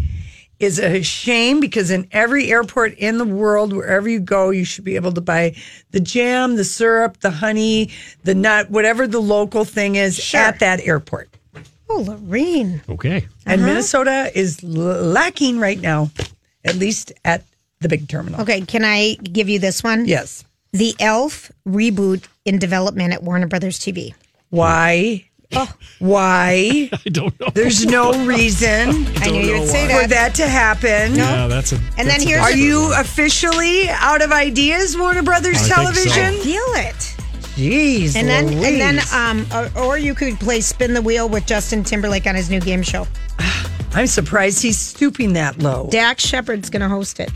Speaker 7: is a shame because in every airport in the world, wherever you go, you should be able to buy the jam, the syrup, the honey, the nut, whatever the local thing is at that airport.
Speaker 3: Oh, Lorene.
Speaker 6: Okay.
Speaker 7: And Minnesota is l- lacking right now, at least at the big terminal.
Speaker 3: Okay, can I give you this one?
Speaker 7: Yes.
Speaker 3: The Elf reboot in development at Warner Brothers TV.
Speaker 7: Why?
Speaker 3: Oh,
Speaker 7: Why?
Speaker 6: I don't know.
Speaker 7: There's no reason
Speaker 3: I knew you would say
Speaker 7: for that to happen.
Speaker 6: Yeah, that's a.
Speaker 3: And then
Speaker 6: that's a-
Speaker 3: here's
Speaker 7: Are you officially out of ideas, Warner Brothers
Speaker 6: I think so.
Speaker 7: Television?
Speaker 3: Feel it.
Speaker 7: Jeez,
Speaker 3: And then, and then,
Speaker 7: Louise.
Speaker 3: um, or, or you could play "Spin the Wheel" with Justin Timberlake on his new game show.
Speaker 7: I'm surprised he's stooping that low.
Speaker 3: Dax Shepard's going to host it.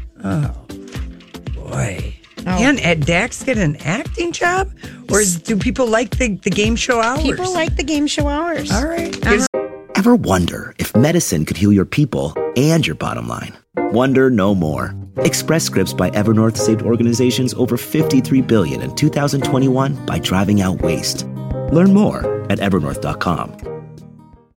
Speaker 7: Boy, can Ed Dax get an acting job, or is, do people like the, the game show hours?
Speaker 3: People like the game show hours.
Speaker 7: All right.
Speaker 16: Ever wonder if medicine could heal your people and your bottom line? Wonder no more. Express Scripts by Evernorth saved organizations over 53 billion in 2021 by driving out waste. Learn more at evernorth.com.